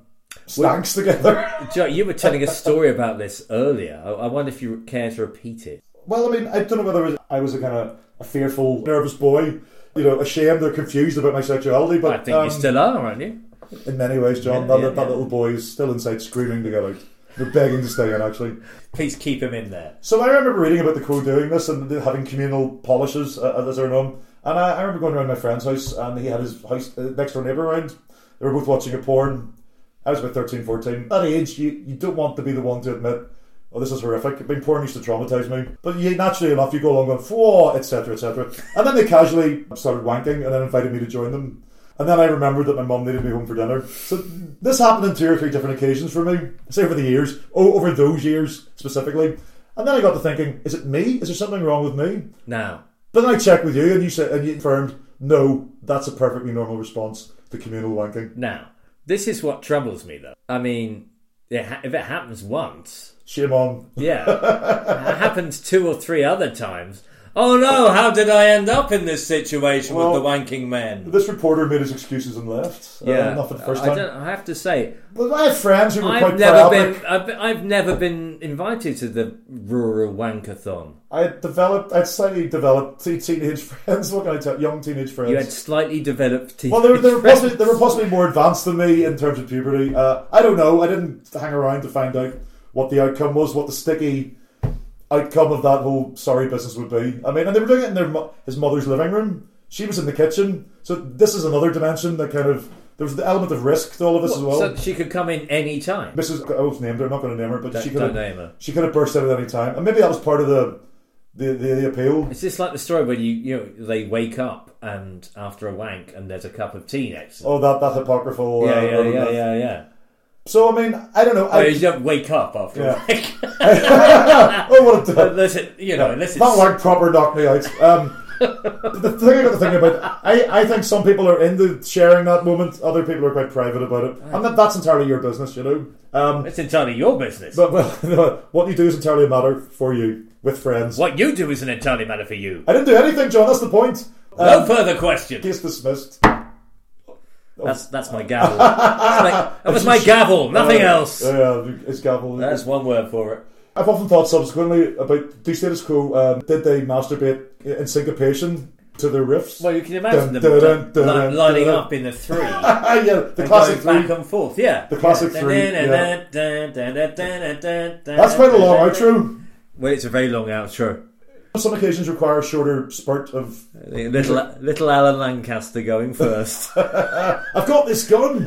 stanks together.
Joe, you were telling a story about this earlier. I, I wonder if you care to repeat it.
Well, I mean, I don't know whether it was, I was a kind of a fearful, nervous boy, you know, ashamed or confused about my sexuality. But um,
I think you still are, aren't you?
In many ways, John,
Yeah,
that,
yeah,
that little boy is still inside screaming to get out. They're begging to stay in, actually.
Please keep him in there.
So I remember reading about the crew doing this and having communal polishes uh, as they're known. And I, I remember going around my friend's house and he had his house uh, next door neighbour around. They were both watching a porn. I was about 13, 14. At that age, you, you don't want to be the one to admit, oh, this is horrific. I mean, porn used to traumatise me. But you, naturally enough, you go along going, whoa, etc., etc. And then they casually started wanking and then invited me to join them. And then I remembered that my mum needed me home for dinner. So this happened on two or three different occasions for me, say over the years, oh, over those years specifically. And then I got to thinking, is it me? Is there something wrong with me?
Now,
But then I checked with you, and you said, and you confirmed, no, that's a perfectly normal response to communal wanking.
now, this is what troubles me, though. I mean, it ha- if it happens once,
shame on.
Yeah, it happens two or three other times. Oh no! How did I end up in this situation
Well,
with the wanking man?
This reporter made his excuses and left.
Yeah,
uh, not for the first
I,
time.
don't, I have to say,
Well, I have friends who were
I've
quite
never
biopic.
been. I've, I've never been invited to the rural wankathon.
I had developed, I'd slightly developed te- teenage friends. What can I tell? Young teenage friends.
You had slightly developed teeth.
Well, they were, they, were possibly, they were possibly more advanced than me in terms of puberty. Uh, I don't know. I didn't hang around to find out what the outcome was, what the sticky outcome of that whole sorry business would be. I mean, and they were doing it in their mo- his mother's living room. She was in the kitchen. So this is another dimension that kind of there was the element of risk to all of this as well.
So she could come in any time.
Mrs. I was named her. I'm not going to name her, but
Don't-
she could
don't
have,
name her.
She could have burst out at any time, and maybe that was part of the the, the, the appeal.
It's just like the story where you you know they wake up and after a wank and there's a cup of tea next. to them.
Oh, that that apocryphal.
yeah,
uh,
yeah,
urban
yeah,
myth.
yeah, yeah.
So I mean, I don't know.
Oh,
I-
you don't wake up after
Yeah.
a wank.
oh, what a
unless it, you know, unless it's
not like proper knock me out. Um, but the thing I got to think about, I, I think some people are into sharing that moment. Other people are quite private about it, and that, that's entirely your business, you know. Um,
it's entirely your business.
But well, no, what you do is entirely a matter for you with friends.
What you do is an entirely matter for you.
I didn't do anything, John. That's the point. Uh,
No further question.
Case dismissed.
That's that's my gavel. That's my- that was my gavel. Nothing
Uh,
else.
Yeah, it's gavel.
That's one word for it.
I've often thought subsequently about do status quo. Um, did they masturbate in syncopation to their riffs?
Well, you can imagine
Dun,
them
dun, dun,
li-
dun,
lining
dun.
up in a three.
Ah, yeah, the
and
classic
going
three.
back and forth. Yeah,
The classic three, yeah.
That's
That's quite a long outro.
Well, it's a very long outro.
Some occasions require a shorter spurt of.
Little little Alan Lancaster going first.
I've got this gun.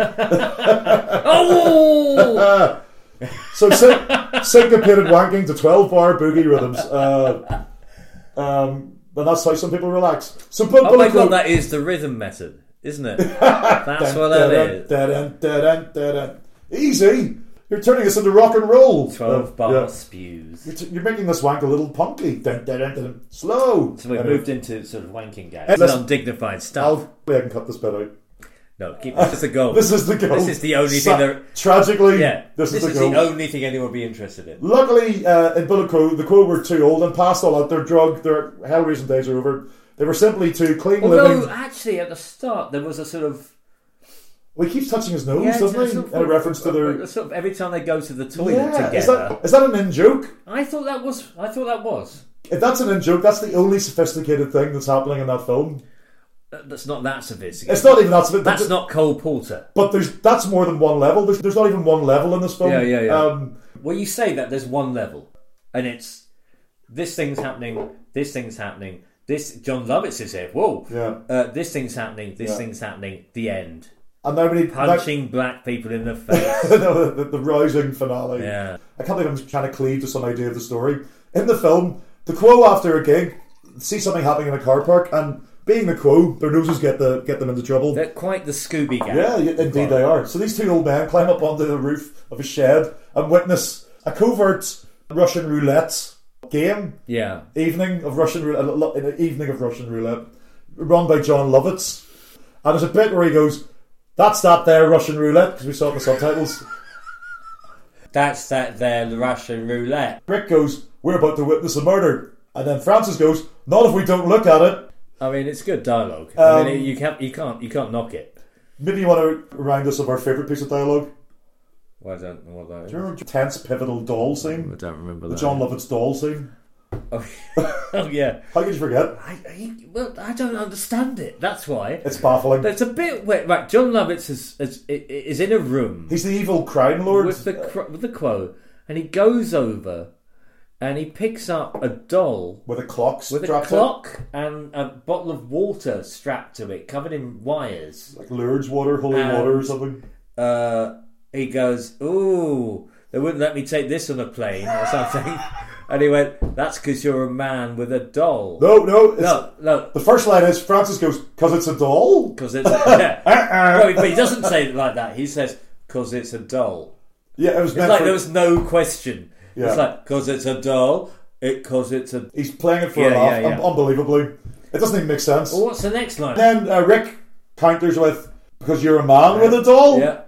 oh!
so syn- syncopated wanking to twelve bar boogie rhythms. Uh, um, and that's how some people relax. So, but,
Oh my god, that is the rhythm method, isn't it? That's what that is.
Easy. You're turning this into rock and roll. Uh,
Twelve bar
yeah.
spews.
You're, t- you're making this wank a little punky. Dun, dun, dun, dun. Slow.
So we have
Anyway,
moved into sort of wanking gags.
Let's-
It's undignified stuff.
I'll, I can cut this bit out.
No, keep this is the goal.
This is the goal.
Oh. This is the only
Sa-
thing that
tragically,
Yeah,
this is the goal.
only thing anyone would be interested in.
Luckily, uh, in Bullet Crew, the crew were too old and passed all out. Their drug, their hell reason days are over. They were simply too clean
Although
living.
actually at the start there was a sort of
Well, he keeps touching his nose,
Yeah,
doesn't
it's
he?
sort of-
In reference to their.
sort of every time they go to the toilet
Yeah,
together.
is that, is that an in joke?
I thought that was I thought that was.
If that's an in joke, that's the only sophisticated thing that's happening in that film.
That- That's not that sophisticated.
It's not even that sophisticated.
That's not Cole Porter.
But there's that's more than one level. There's, there's not even one level in this film.
Yeah, yeah, yeah.
Um,
Well, you say that there's one level, and it's this thing's happening, this thing's happening, This John Lovitz is here. Whoa.
Yeah.
Uh, this thing's happening. This
Yeah.
thing's happening. The end.
And nobody
punching black people in the face.
no, the, the rousing finale.
Yeah.
I can't believe I'm trying to cleave to some idea of the story. In the film, the crow after a gig see something happening in a car park, and being the crow, their noses get the get them into trouble.
They're quite the Scooby Gang.
Yeah, y- indeed they are. So these two old men climb up onto the roof of a shed and witness a covert Russian roulette game.
Yeah.
Evening of Russian roulette. An evening of Russian roulette, run by John Lovitz. And there's a bit where he goes, "That's that there Russian roulette," because we saw it in the subtitles.
That's that there the Russian roulette.
Rick goes, "We're about to witness a murder," and then Francis goes, "Not if we don't look at it."
I mean, it's good dialogue. I
Um,
mean, you can't, you can't, you can't knock it.
Maybe you want to remind us of our favourite piece of dialogue.
Well, I don't know what that is.
Do you remember the tense pivotal doll scene?
I don't remember
the
that.
John Lovitz doll scene.
Oh yeah.
How could you forget?
I, I, well, I don't understand it. That's why.
It's baffling.
It's a bit wet. Right, John Lovitz is, is is in a room.
He's the evil crime lord
with the cro- with the quo, and he goes over, and he picks up a doll
with a clock
with a
strapped to it.
clock and a bottle of water strapped to it, covered in wires.
Like Lourdes water, holy
And,
water, or something.
Uh, he goes, "Ooh, they wouldn't let me take this on a plane or something." and he went, "That's because you're a man with a doll."
No, no, it's,
no, no.
The first line is Francis goes, "Cause it's a doll."
Because it's yeah.
Uh-uh.
no, but he doesn't say it like that. He says, "Cause it's a doll."
Yeah, it was
It's
meant
like
for-
there was no question.
Yeah.
It's like, "Cause it's a doll." It, "Cause it's a."
He's playing it for
Yeah,
a laugh,
yeah, Oh. yeah.
un- unbelievably. It doesn't even make sense.
Well, what's the next line?
Then uh, Rick counters with, "Because you're a man with a doll."
Yeah.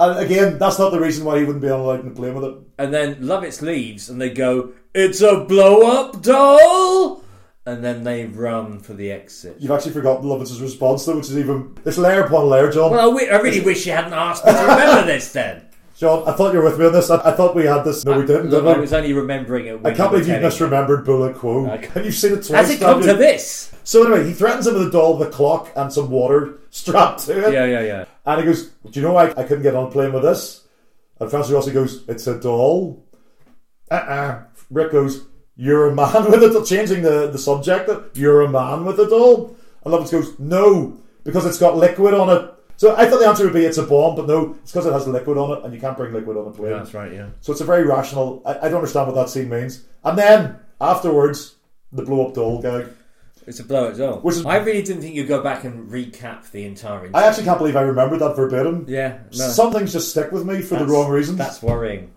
And again, that's not the reason why he wouldn't be allowed to play with it.
And then Lovitz leaves, and they go, "It's a blow-up doll," and then they run for the exit.
You've actually forgotten Lovitz's response, though, which is even it's layer upon layer, John.
Well, I, wi- I really wish you hadn't asked me to remember this. Then
John, I thought you were with me on this. I, I thought we had this. No, we didn't.
Look,
did we?
I was only remembering it.
I
When
can't
you were
believe you
telling me.
misremembered Bullet Quo. And you've seen it twice.
Has it come
haven't
to
you?
this?
So anyway, he threatens him with a doll, with a clock, and some water strapped to it.
Yeah, yeah, yeah.
And he goes, "Do you know why I couldn't get on playing with this?" And Francis Rossi goes, "It's a doll." Uh-uh. Rick goes, "You're a man with a doll." Changing the the subject, "You're a man with a doll." And Lovitz goes, "No, because it's got liquid on it." So I thought the answer would be it's a bomb, but no, it's because it has liquid on it, and you can't bring liquid on a plane.
That's right. Yeah.
So it's a very rational. I, I don't understand what that scene means. And then afterwards, the blow up doll gag.
It's a blow-up doll.
Which is-
I really didn't think you'd go back and recap the entire.
I actually can't believe I remembered that verbatim.
Yeah, no.
Some things just stick with me for the
That's-
wrong reasons.
That's worrying.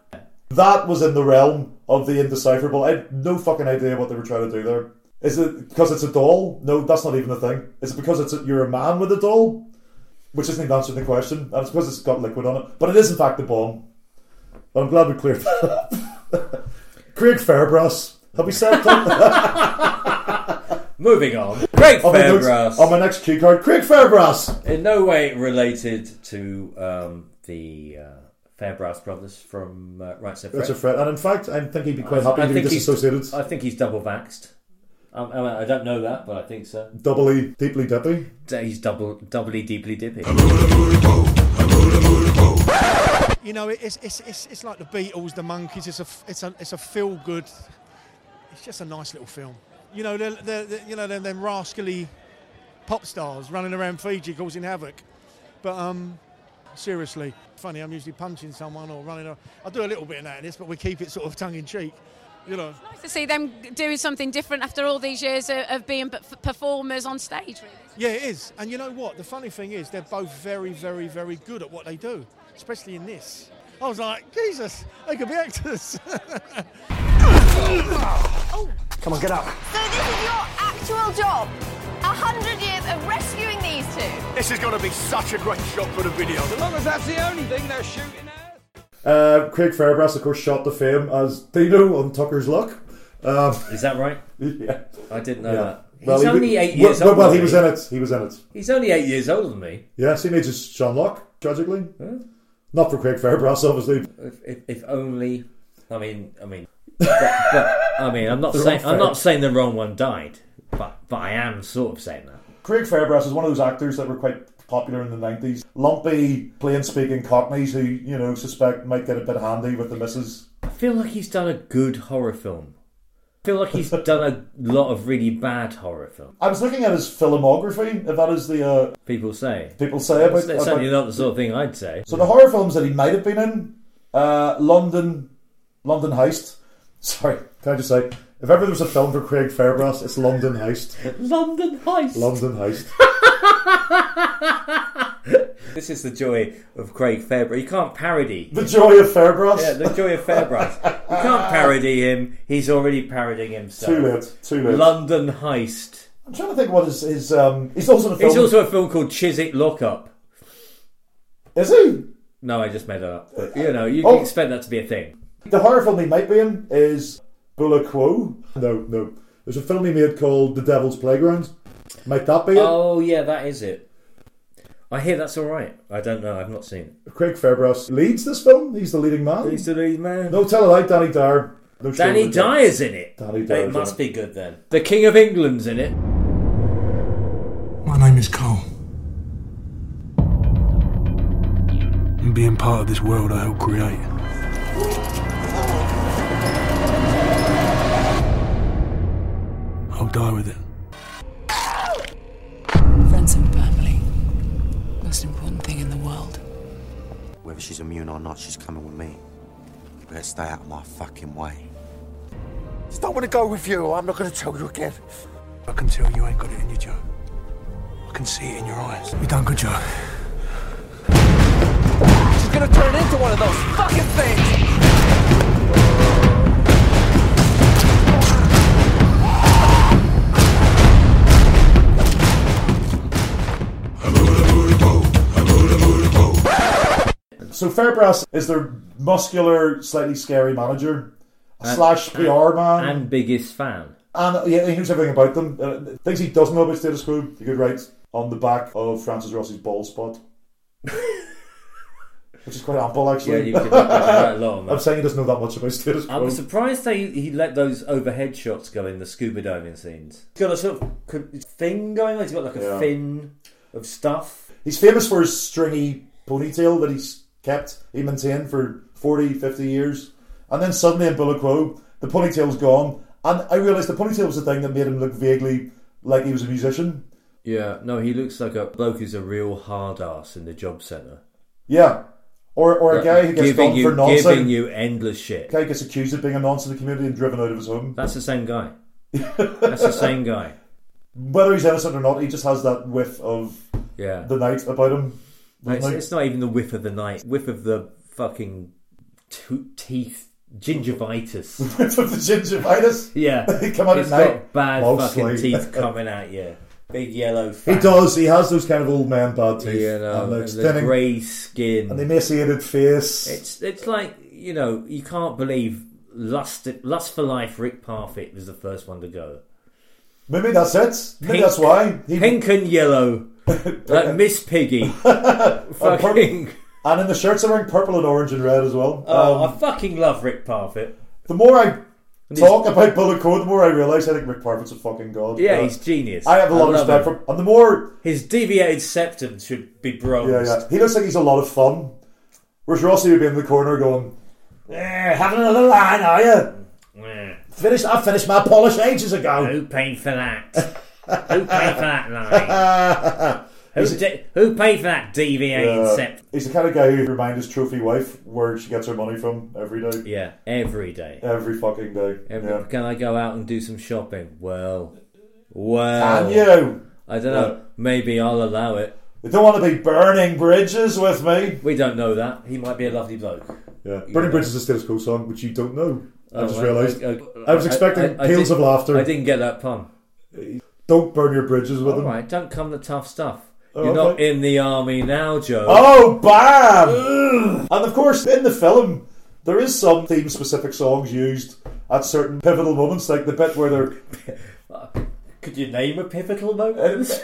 That was in the realm of the indecipherable. I had no fucking idea what they were trying to do there. Is it because it's a doll? No, that's not even a thing. Is it because it's a, you're a man with a doll? Which isn't even answering the question. And it's because it's got liquid on it. But it is, in fact, the bomb. But I'm glad we cleared that up. Craig Fairbrass. Have we said
Moving on. Craig
on, my notes,
Fairbrass.
on my next cue card? Craig Fairbrass!
in no way related to um, the uh, Fairbrass brothers from uh, Right So Fred.
That's a threat. And in fact, I think he'd be quite
I
happy to be
think he's-
disassociated.
I think he's double vaxxed. Um, I, mean, I don't know that, but I think so.
Doubly, deeply dippy.
He's double, doubly, deeply dippy.
You know, it's, it's, it's, it's like the Beatles, the Monkeys. It's a f- it's a it's a feel good. It's just a nice little film. You know, the, the, the you know them, them rascally pop stars running around Fiji causing havoc. But um, seriously, funny. I'm usually punching someone or running. ar- I do a little bit of that in this, but we keep it sort of tongue in cheek. You know.
to see them doing something different after all these years of, of being p- performers on stage. Really.
Yeah, it is. And you know what? The funny thing is, they're both very, very, very good at what they do, especially in this. I was like, Jesus, they could be actors. Come on, get up.
So this is your actual job. A hundred years of rescuing these two.
This is going to be such a great shot for the video.
As long as that's the only thing they're shooting at.
Uh, Craig Fairbrass, of course, shot to fame as Dino on Tucker's Luck. Um,
Is that right?
yeah.
I didn't know
Yeah.
that. He's
Well, he-
only eight
well-
years
well,
old.
Well,
than
he
me.
was in it. He was in it.
He's only eight years older than me.
Yeah, same age as Sean Locke, tragically. Not for Craig Fairbrass, obviously.
If, if, if only, I mean, I mean, but, but, I mean, I'm not
They're
saying
all fair.
I'm not saying the wrong one died, but but I am sort of saying that.
Craig Fairbrass is one of those actors that were quite popular in the 90s. Lumpy, plain speaking cockneys who, you know, suspect might get a bit handy with the missus.
I feel like he's done a good horror film. I feel like he's done a lot of really bad horror films.
I was looking at his filmography, if that is the uh,
People say.
people say about.
It's certainly
about-
not the sort of thing I'd say.
So the horror films that he might have been in, uh, London, London Heist. Sorry, can I just say, if ever there was a film for Craig Fairbrass, it's London Heist.
London Heist.
London Heist.
This is the joy of Craig Fairbrass. You can't parody.
The joy of Fairbrass.
Yeah, the joy of Fairbrass. you can't parody him. He's already parodying himself.
Too late, too late.
London Heist.
I'm trying to think what is his. Um, he's also in a film.
It's also a film called Chiswick Lockup.
is he?
No, I just made that up. But, you know, you
Oh.
can expect that to be a thing.
The horror film he might be in is Bula Quo. No, no. There's a film he made called The Devil's Playground. Might that be it?
Oh, yeah, that is it. I hear that's all right. I don't know. I've not seen
Craig Fairbrass leads this film. He's the leading man.
it. He's the lead man.
no, tell a lie, Danny Dyer. No shame
Danny
in the game.
Dyer's in it.
Danny Dyer's
it
in
must
it.
be good then. The King of England's in it.
My name is Cole. And being part of this world I helped create. I'll die with it.
Friends and family. Most important thing in the world.
Whether she's immune or not, she's coming with me. You better stay out of my fucking way.
Don't want to go with you. I'm not going to tell you again.
I can tell you ain't got it in you, Joe. I can see it in your eyes. You done good, Joe.
She's going to turn into one of those fucking things.
So Fairbrass is their muscular, slightly scary manager slash PR man,
And biggest fan.
and uh, yeah, he knows everything about them. Uh, things he doesn't know about status quo, you could write on the back of Francis Rossi's ball spot, which is quite ample
Yeah,
actually.
you could write a lot on that.
I'm saying he doesn't know that much about status
I
quo.
was surprised they he let those overhead shots go in the scuba diving scenes. He's got a sort of co- thing going on. He's got like a
Yeah.
fin of stuff.
He's famous for his stringy ponytail that he's kept, he maintained for 40, 50 years. And then suddenly in Bullet Quo, the ponytail's gone. And I realised the ponytail was the thing that made him look vaguely like he was a musician.
Yeah, no, he looks like a bloke who's a real hard ass in the job centre.
Yeah. Or, or a guy who gets
giving
gone
you,
for nonsense.
giving you endless shit.
guy gets accused of being a nonce in the community and driven out of his home.
That's the same guy. That's the same guy.
Whether he's innocent or not, he just has that whiff of
Yeah.
the night about him.
No, it's,
Like-
it's not even the whiff of the night. Whiff of the fucking to- teeth. Gingivitis.
whiff of the gingivitis.
Yeah.
They come out
It's
at night.
got bad
Mostly.
fucking teeth coming at you. Big yellow
He
fat.
does. He has those kind of old man bad teeth.
You know,
and it's
the
thinning,
grey skin.
and the emaciated face.
It's it's like you know you can't believe lust lust for life. Rick Parfitt was the first one to go.
Maybe that's it. Maybe that's why. He,
Pink and yellow, like Miss Piggy. fucking
and in the shirts are wearing purple and orange and red as well.
oh,
Um,
I fucking love Rick Parfitt.
the more I
he's-
talk about Bullet Code, the more I realise I think Rick Parfitt's a fucking god.
Yeah,
Uh,
he's genius.
I have a lot of
love
respect for
him.
him. And the more.
His deviated septum should be bronzed.
Yeah, yeah. He looks like he's a lot of fun. Whereas Rossi would be in the corner going, eh, having a little line, are you?
Yeah.
Finished, I finished my polish ages ago.
Who paid for that? who paid for that line? who, di- who paid for that deviated
Yeah.
septum?
He's the kind of guy who reminds his trophy wife where she gets her money from every day.
Yeah, every day.
Every fucking day.
Every-
yeah.
Can I go out and do some shopping? Well, well.
Can you?
I don't know. Maybe I'll allow it.
They don't want to be burning bridges with me.
We don't know that. He might be a lovely bloke.
Yeah.
You
Burning
know.
Bridge is a status quo song, which you don't know. I
Oh,
just
well,
realised.
I-
I, was expecting
I- I
peals
did- Oh,
of laughter.
I didn't get that pun.
Don't burn your bridges with
All
them.
right, don't come to tough stuff.
Oh,
You're not
okay.
in the army now, Joe.
Oh, bam! And of course, in the film, there is some theme-specific songs used at certain pivotal moments, like the bit where they're.
Could you name a pivotal moment?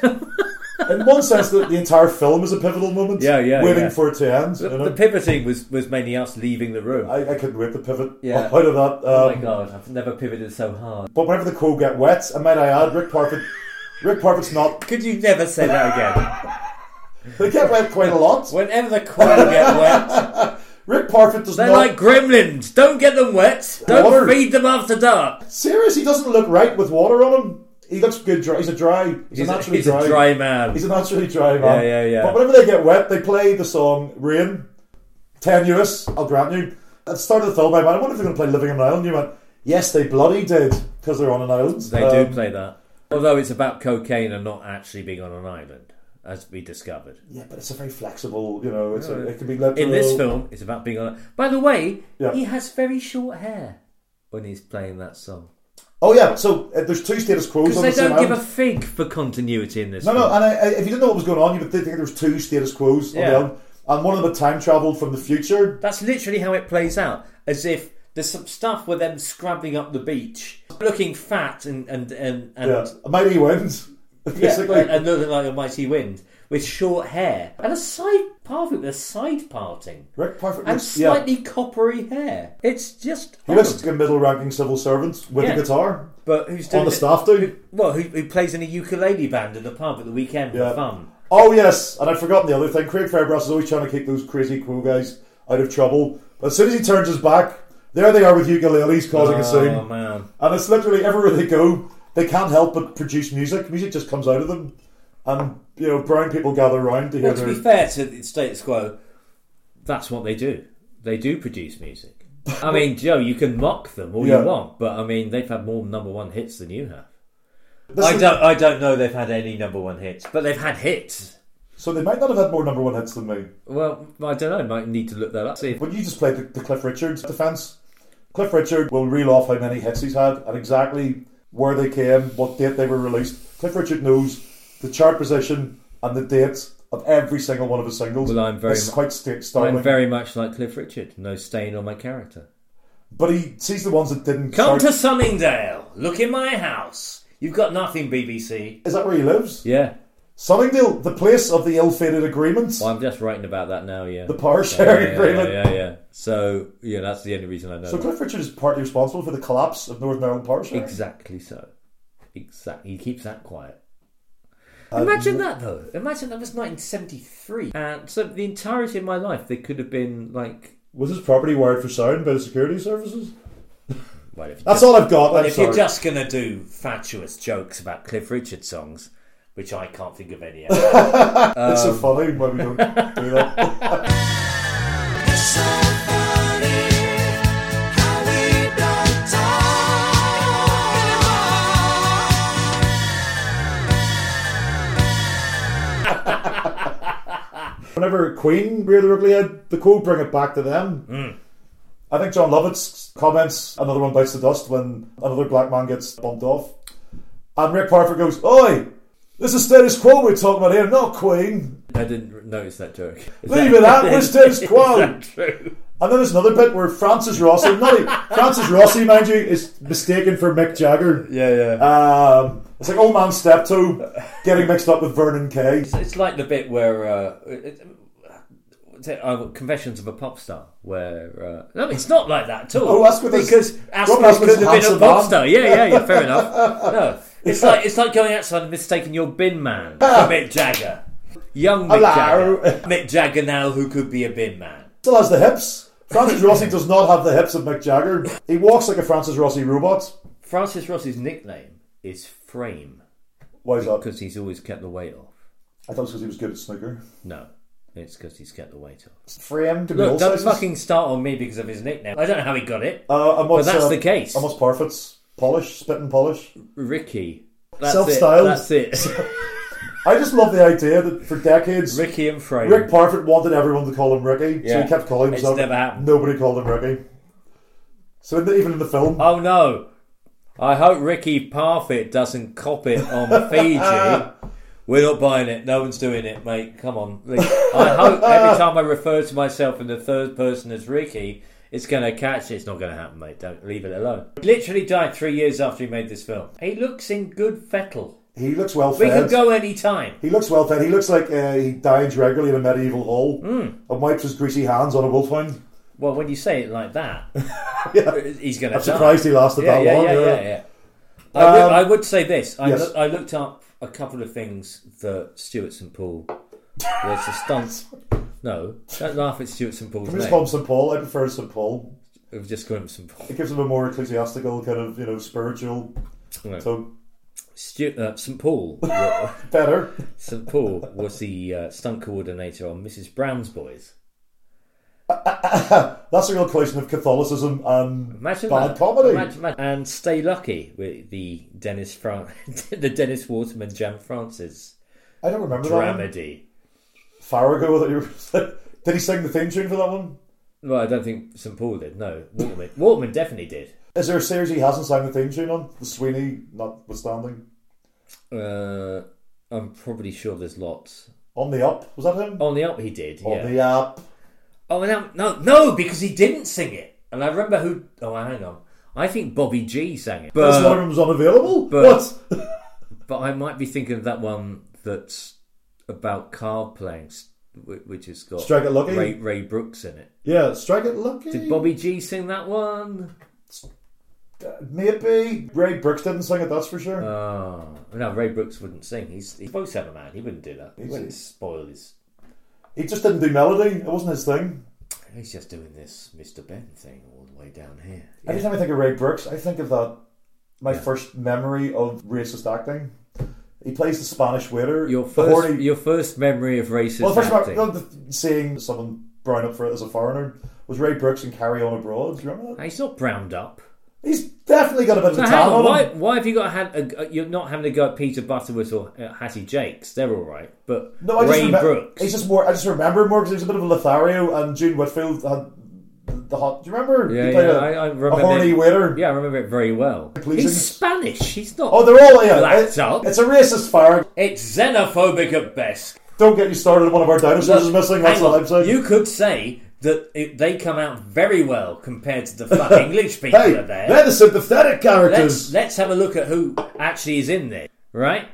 In one sense, the, the entire film is a pivotal moment.
Yeah, yeah,
Waiting
yeah.
for it to end.
the,
you know?
the pivoting was, was mainly us leaving the room.
I, I couldn't wait to pivot
Yeah.
out of that. Um,
oh my god, I've never pivoted so hard.
But whenever the quo get wet, and might I add, Rick Parfitt, Rick Parfitt's not.
Could you never say that again?
They get wet quite a lot.
Whenever the quail get wet,
Rick Parfitt does
They're
not.
like gremlins. Don't get them wet. Don't
Water.
feed them after dark.
Serious, he doesn't look right with water on him. He looks good dry. He's a dry. He's,
He's
a
a-
naturally
he's a
dry.
dry man.
He's a naturally dry
Yeah,
man.
yeah, yeah.
But whenever they get wet, they play the song "Rain." Tenuous, I'll grant you. At the start of the film, I went, "I wonder if they're going to play "Living on an Island." You went, "Yes, they bloody did," because they're on an island.
They
Um,
do play that. Although it's about cocaine and not actually being on an island, as we discovered.
Yeah, but it's a very flexible. You know, it's a,
Yeah.
it can be literal.
In this film, it's about being on. By the way,
Yeah.
he has very short hair when he's playing that song.
Oh yeah, so uh, there's two status quos
Because
on
they
the same
don't give a
island.
fig for continuity in this.
No, no,
film.
and I, I, if you didn't know what was going on, you would think there was two status quos on
Yeah.
the island, and one of them had time travelled from the future.
That's literally how it plays out. As if there's some stuff with them scrabbling up the beach, looking fat and and and, and
yeah, a mighty wind.
Yeah,
Basically,
and looking like a mighty wind with short hair and a side part with a side parting
Rick Parfitt
and
looks- yeah.
slightly coppery hair. It's just
he looks
odd.
like a middle-ranking civil servant with
Yeah.
a guitar.
But who's doing
on the
it-
staff, dude?
Well, who, who plays in a ukulele band at the pub at the weekend for
Yeah.
fun?
Oh yes, and I'd forgotten the other thing. Craig Fairbrass is always trying to keep those crazy quo guys out of trouble, but as soon as he turns his back, there they are with ukuleles causing a scene.
Oh man,
And it's literally everywhere they go, they can't help but produce music. Music just comes out of them. And, you know, brown people gather around to hear
Well, to
their.
be fair to the status quo, that's what they do. They do produce music. I mean, Joe, you can mock them all
Yeah.
you want, but I mean, they've had more number one hits than you have.
This
I
is-
don't, I don't know they've had any number one hits, but they've had hits.
So they might not have had more number one hits than me.
Well, I don't know. I might need to look that up. See if
But you just played the, the Cliff Richards defence. Cliff Richard will reel off how many hits he's had and exactly where they came, what date they were released. Cliff Richard knows the chart position and the date of every single one of his singles.
Well, I'm very
It's
mu-
quite sta- startling.
I'm very much like Cliff Richard. No stain on my character.
But he sees the ones that didn't
Come
chart-
to Sunningdale. Look in my house. You've got nothing, BBC.
Is that where he lives?
Yeah.
Sunningdale, the place of the ill-fated agreements.
Well, I'm just writing about that now. Yeah.
The power sharing
Yeah, yeah,
agreement.
Yeah, yeah, yeah. So yeah, that's the only reason I know.
So
that.
Cliff Richard is partly responsible for the collapse of Northern Ireland power sharing.
Exactly so. Exactly. He keeps that quiet.
Uh,
Imagine that though. Imagine that was 1973, and so the entirety of my life they could have been like.
Was his property wired for sound by the security services?
Well, if you
That's
just-
all I've got.
Well,
I'm
if
sorry.
you're just gonna do fatuous jokes about Cliff Richard songs, which I can't think of any.
it's so
um,
funny when we don't do that. Whenever Queen rear the Wrigley Head, the Queen bring it back to them. I think John Lovett's comments, another one bites the dust when another black man gets bumped off. And Rick Parfitt goes, Oi, this is status quo we're talking about here, not Queen.
I didn't notice that joke. Is
Leave it at
is-
this status
is
quo.
that true?
And then there's another bit where Francis Rossi, not even- Francis Rossi, mind you, is mistaken for Mick Jagger.
Yeah, yeah.
Um, it's like old man Steptoe getting mixed up with Vernon Kay.
It's like the bit where uh, it, what's it, uh, Confessions of a Pop Star, where uh, no, it's not like that at all.
Oh, Asquith is-
because Asquith
Robert Asquith is
could have been a
handsome
pop
man.
star. Yeah, yeah, yeah. Fair enough. No, it's like it's like going outside and mistaking your bin man for Mick Jagger, young Mick
Ah. Hello.
Jagger, Mick Jagger now who could be a bin man.
Still has the hips. Francis Rossi does not have the hips of Mick Jagger. He walks like a Francis Rossi robot.
Francis Ross's nickname is Frame
Why is that?
because he's always kept the weight off.
I thought it was because he was good at snooker.
No, it's because he's kept the weight off.
Frame to be all
Look, don't
sizes.
fucking start on me because of his nickname. I don't know how he got it.
Uh, amongst,
But that's
uh,
the case.
Amongst Parfit's polish, spit and polish.
Ricky. That's
Self-styled.
It. That's it.
I just love the idea that for decades,
Ricky and Frame.
Rick Parfit wanted everyone to call him Ricky, so
Yeah.
he kept calling
It's
himself.
never happened.
Nobody called him Ricky. So in the, even in the film,
oh no. I hope Ricky Parfit doesn't cop it on Fiji. We're not buying it. No one's doing it, mate. Come on. Like, I hope every time I refer to myself in the third person as Ricky, it's going to catch. It's not going to happen, mate. Don't leave it alone. He literally died three years after he made this film. He looks in good fettle.
he looks well
We
fed.
could go any time.
He looks well fed. He looks like uh, he dines regularly in a medieval hall
Hmm.
and wipes his greasy hands on a wolf hound.
Well, when you say it like that, he's going to.
I'm surprised he lasted
yeah,
that
yeah,
long,
Yeah,
yeah.
yeah, yeah. I, would,
Um,
I would say this. I,
yes.
loo- I looked up a couple of things that Stuart St Paul was a stunt No, don't laugh at Stuart St Paul's
Can we just
name.
call him St Paul? I prefer St Paul.
We've just called him St Paul.
It gives him a more ecclesiastical kind of, you know, spiritual
Right.
tone.
Stu- uh, St Paul.
Better.
St Paul was the uh, stunt coordinator on Mrs Brown's Boys.
That's a real question of Catholicism and
Imagine
bad
that.
comedy.
Imagine- imagine- And Stay Lucky with the Dennis Fran- the Dennis Waterman Jan Francis.
I don't remember that one.
dramedy.
Farrago, that you were- did he sing the theme tune for that one?
Well, I don't think St Paul did. No, Waterman. Waterman definitely did.
Is there a series he hasn't sang the theme tune on? The Sweeney, notwithstanding.
Uh, I'm probably sure there's lots. Oh,
On the Up, was that him?
On the up, he did.
On
yeah.
the Up.
Oh no, no, no, because he didn't sing it. And I remember who. Oh, hang on. I think Bobby G sang it.
But, this one was unavailable?
Uh, But, but I might be thinking of that one that's about card playing, s- whi- which has got
Strike It Lucky?
Ray, Ray Brooks in it.
Yeah, Strike It Lucky.
Did Bobby G sing that one?
Maybe. Ray Brooks didn't sing it, that's for sure.
Oh, no, Ray Brooks wouldn't sing. He's he's a voiceover man. He wouldn't do that. He wouldn't spoil his.
he just didn't do melody. It wasn't his thing.
He's just doing this Mr. Ben thing all the way down here.
Every time I think of Ray Brooks, I think of that. My first memory of racist acting. He plays the Spanish waiter.
Your
the
first,
horny-
your first memory of racist
well, the first
acting.
memory, no, the, seeing someone brown up for it as a foreigner was Ray Brooks in Carry On Abroad. Do you remember that?
He's not browned up.
He's definitely got a bit
So
of
hang
tan
on,
on
why,
him.
why have you got a, a, you're not having to go at Peter Butterworth or uh, Hattie Jakes? They're all right, but
No, I just
Ray
remem-
Brooks.
He's just more. I just remember him more because he was a bit of a Lothario, and June Whitfield had the hot. Do you remember?
yeah,
he
yeah,
played a-
I I remember
a horny
it.
waiter.
Yeah, I remember it very well.
Pleasing.
He's Spanish. He's not.
Oh, they're all yeah.
blacked
It,
up.
it's a racist fire.
It's xenophobic at best.
Don't get you started. on One of our dinosaurs is
Look,
missing. That's
hang
what
on,
I'm saying.
You could say that it, they come out very well compared to the fucking English people
Hey,
are there.
they're the sympathetic
let's,
characters.
let's have a look at who actually is in there, right?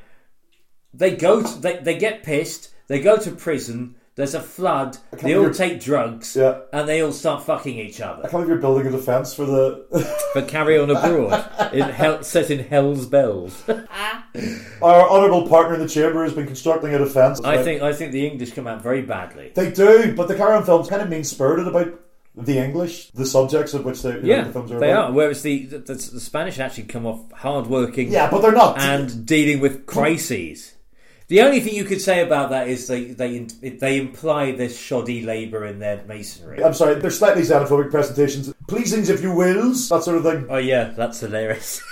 They go, to, they, they get pissed, they go to prison, there's a flood, they all
believe-
take drugs,
Yeah.
and they all start fucking each other.
I can't believe you're building a defense for the.
But carry on abroad, in hell, set in Hell's Bells.
Our honourable partner in the chamber has been constructing a defense.
I think I think the English come out very badly.
they do, but the Karen films kind of mean spirited about the English, the subjects of which they, you know,
Yeah,
the films are
they
about.
are. Whereas the, the the Spanish actually come off hardworking.
Yeah, but they're not.
and dealing with crises. The only thing you could say about that is they they they imply there's shoddy labour in their masonry.
I'm sorry, they're slightly xenophobic presentations. Pleasings, if you wills, that sort of thing.
Oh yeah, that's hilarious.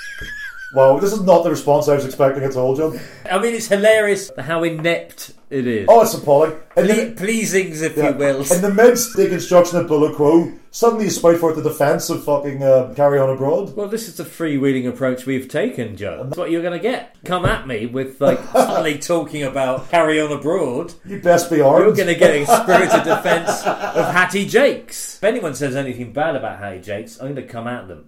Wow, this is not the response I was expecting at all, John.
I mean, it's hilarious how inept it is.
Oh, it's appalling. In
Ple-
the,
pleasings, if you will.
in the midst of the construction of Bullet Quo, suddenly you spout forth the defence of fucking uh, Carry On Abroad.
Well, this is the freewheeling approach we've taken, Joe. That's what you're going to get. Come at me with like suddenly talking about carry on abroad.
You best be armed.
You're going to get a spirited defence of Hattie Jakes. If anyone says anything bad about Hattie Jakes, I'm going to come at them.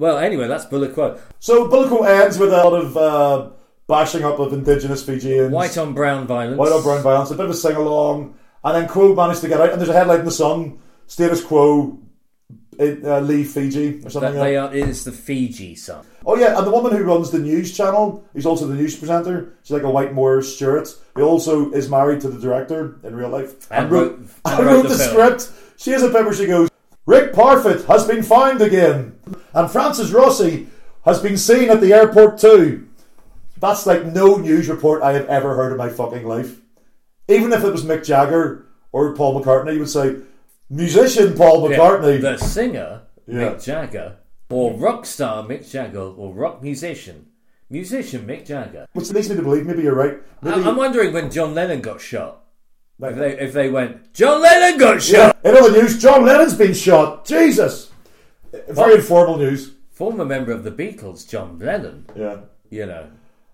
Well, anyway, that's bullet quote.
So Bullet Quo ends with a lot of uh, bashing up of indigenous Fijians.
White on brown violence.
White on brown violence, a bit of a sing along, and then Quo managed to get out. And there's a headlight in the sun: status quo, in, uh, leave Fiji or
That
something.
they
like.
are, it's the Fiji son.
Oh yeah, and the woman who runs the news channel, who's also the news presenter, she's like a white Moore Stewart. Who also is married to the director in real life,
And wrote- and
I
wrote
wrote
the
the
film.
script. She has a paper. She goes, Rick Parfitt has been fined again, and Francis Rossi has been seen at the airport too. That's like no news report I have ever heard in my fucking life. Even if it was Mick Jagger or Paul McCartney, you would say, musician Paul McCartney.
The singer,
Yeah.
Mick Jagger, or rock star Mick Jagger, or rock musician, musician Mick Jagger.
Which leads me to believe, maybe you're right.
I-
Maybe,
I'm wondering when John Lennon got shot. If they, if they went, John Lennon got
yeah,
shot!
in other news, John Lennon's been shot. Jesus. Very informal news.
Former member of the Beatles, John Lennon,
Yeah.
you know.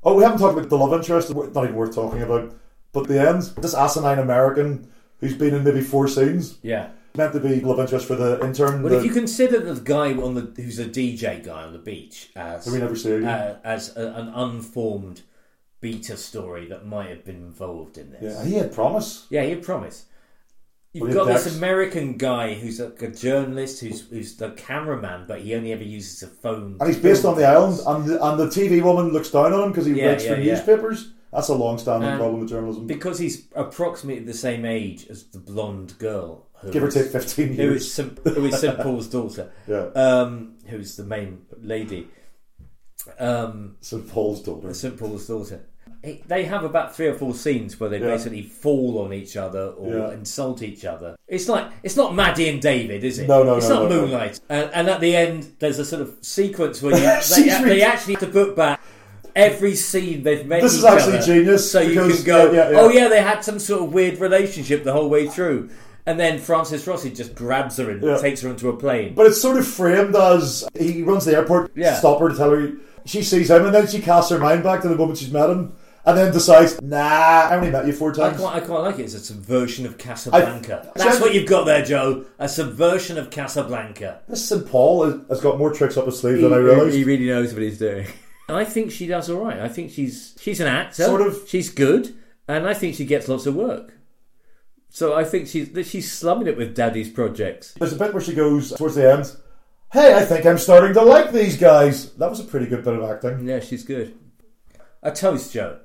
Oh, we haven't talked about the love interest. Not even worth talking about. But the end, this asinine American who's been in maybe four scenes,
Yeah.
meant to be love interest for the intern.
Well,
the-
if you consider the guy on the who's a DJ guy on the beach as
Who we never see again.
uh, as a, an unformed beta story that might have been involved in this.
yeah, he had promise.
Yeah, you promise. You've
William
got
Dex.
this American guy who's like a journalist, who's who's the cameraman, but he only ever uses a phone.
And he's based on the island, and the, and the TV woman looks down on him because he
Oh, Yeah,
works
yeah, Um,
for
yeah.
newspapers. That's a long-standing
And
problem with journalism.
Because he's approximately the same age as the blonde girl. who
Give or
is-
take 15
Who
years.
is, Sim, who is St. Paul's daughter.
Yeah.
Um, who's the main lady. Um,
St. Paul's daughter.
St. Paul's daughter. It- They have about three or four scenes where they
Yeah.
basically fall on each other or
Yeah.
insult each other. It's like it's not Maddie and David, is it?
No, no,
It's
no,
not
no, no.
Moonlight. And, and at the end, there's a sort of sequence where you, they,
She's
they
re-
actually have to put back every scene they've made.
This is
each
actually
other.
genius,
So you
because-
can go,
yeah, yeah, yeah.
oh yeah, they had some sort of weird relationship the whole way through, and then Francis Rossi just grabs her and
Yeah.
takes her onto a plane.
But it's sort of framed as he runs the airport,
Yeah.
stop her to tell her she sees him, and then she casts her mind back to the moment she's met him, and then decides, nah, I only met you four
I
times.
quite, I quite like it. It's a subversion of Casablanca.
I-
That's what you've got there, Joe. A subversion of Casablanca.
This St. Paul has- has got more tricks up his sleeve than I
He-
realised.
he really knows what he's doing. I think she does all right. I think she's she's an actor.
Sort of.
She's good, and I think she gets lots of work. So I think she's that she's slumming it with Daddy's projects.
There's a bit where she goes towards the end, hey, I think I'm starting to like these guys. That was a pretty good bit of acting.
Yeah, she's good. A toast, Joe.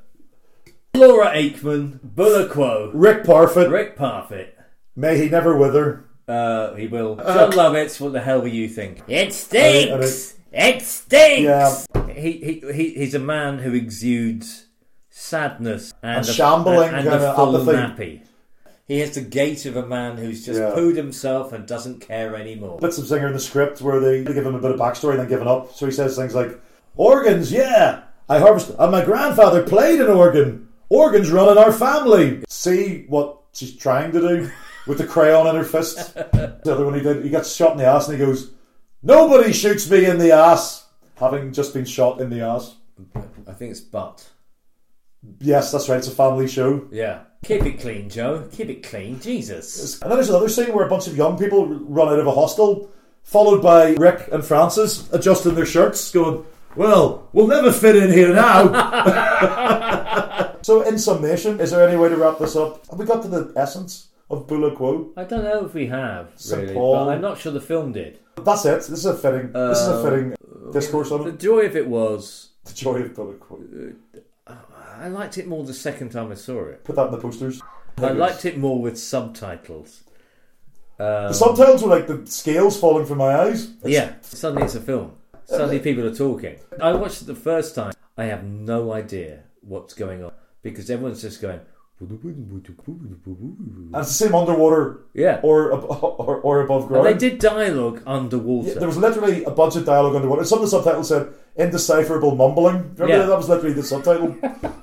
Laura Aikman, Bulakwo,
Rick Parfitt,
Rick Parfitt.
may he never wither.
Uh, he will. John Lovitz, what the hell were you thinking? It
stinks!
It stinks! He, he, he, he's a man who exudes sadness and
A shambling
and, and
kinda
a full nappy.
apathy.
He has the gait of a man who's just
Yeah.
pooed himself and doesn't care anymore.
Bits of singer in the script where they give him a bit of backstory and then giving up. So he says things like, organs, yeah, I harvested, and my grandfather played an organ. Organs run in our family. See what she's trying to do with the crayon in her fist. the other one he did, he gets shot in the ass and he goes, nobody shoots me in the ass, having just been shot in the ass.
I think it's butt.
Yes, that's right. It's a family show.
Yeah. Keep it clean, Joe. Keep it clean. Jesus.
And then there's another scene where a bunch of young people run out of a hostel, followed by Rick and Francis adjusting their shirts, going, Well, we'll never fit in here now. so, in summation, is there any way to wrap this up? Have we got to the essence of Bula Quo?
I don't know if we have,
St.
really,
Paul.
but I'm not sure the film did.
That's it. This is a fitting. this is
Uh,
a fitting discourse on
The
it.
joy of it was,
The joy of Bula Quo.
I liked it more the second time I saw it.
Put that in the posters.
I liked it more with subtitles. Um,
The subtitles were like the scales falling from my eyes.
yeah, suddenly it's a film. Suddenly people are talking. I watched it the first time. I have no idea what's going on because everyone's just going.
And it's the same underwater
Yeah,
or, ab- or, or above
and
ground.
they did dialogue underwater.
Yeah, there was literally a bunch of dialogue underwater. Some of the subtitles said "indecipherable mumbling." Remember
Yeah.
that? that was literally the subtitle,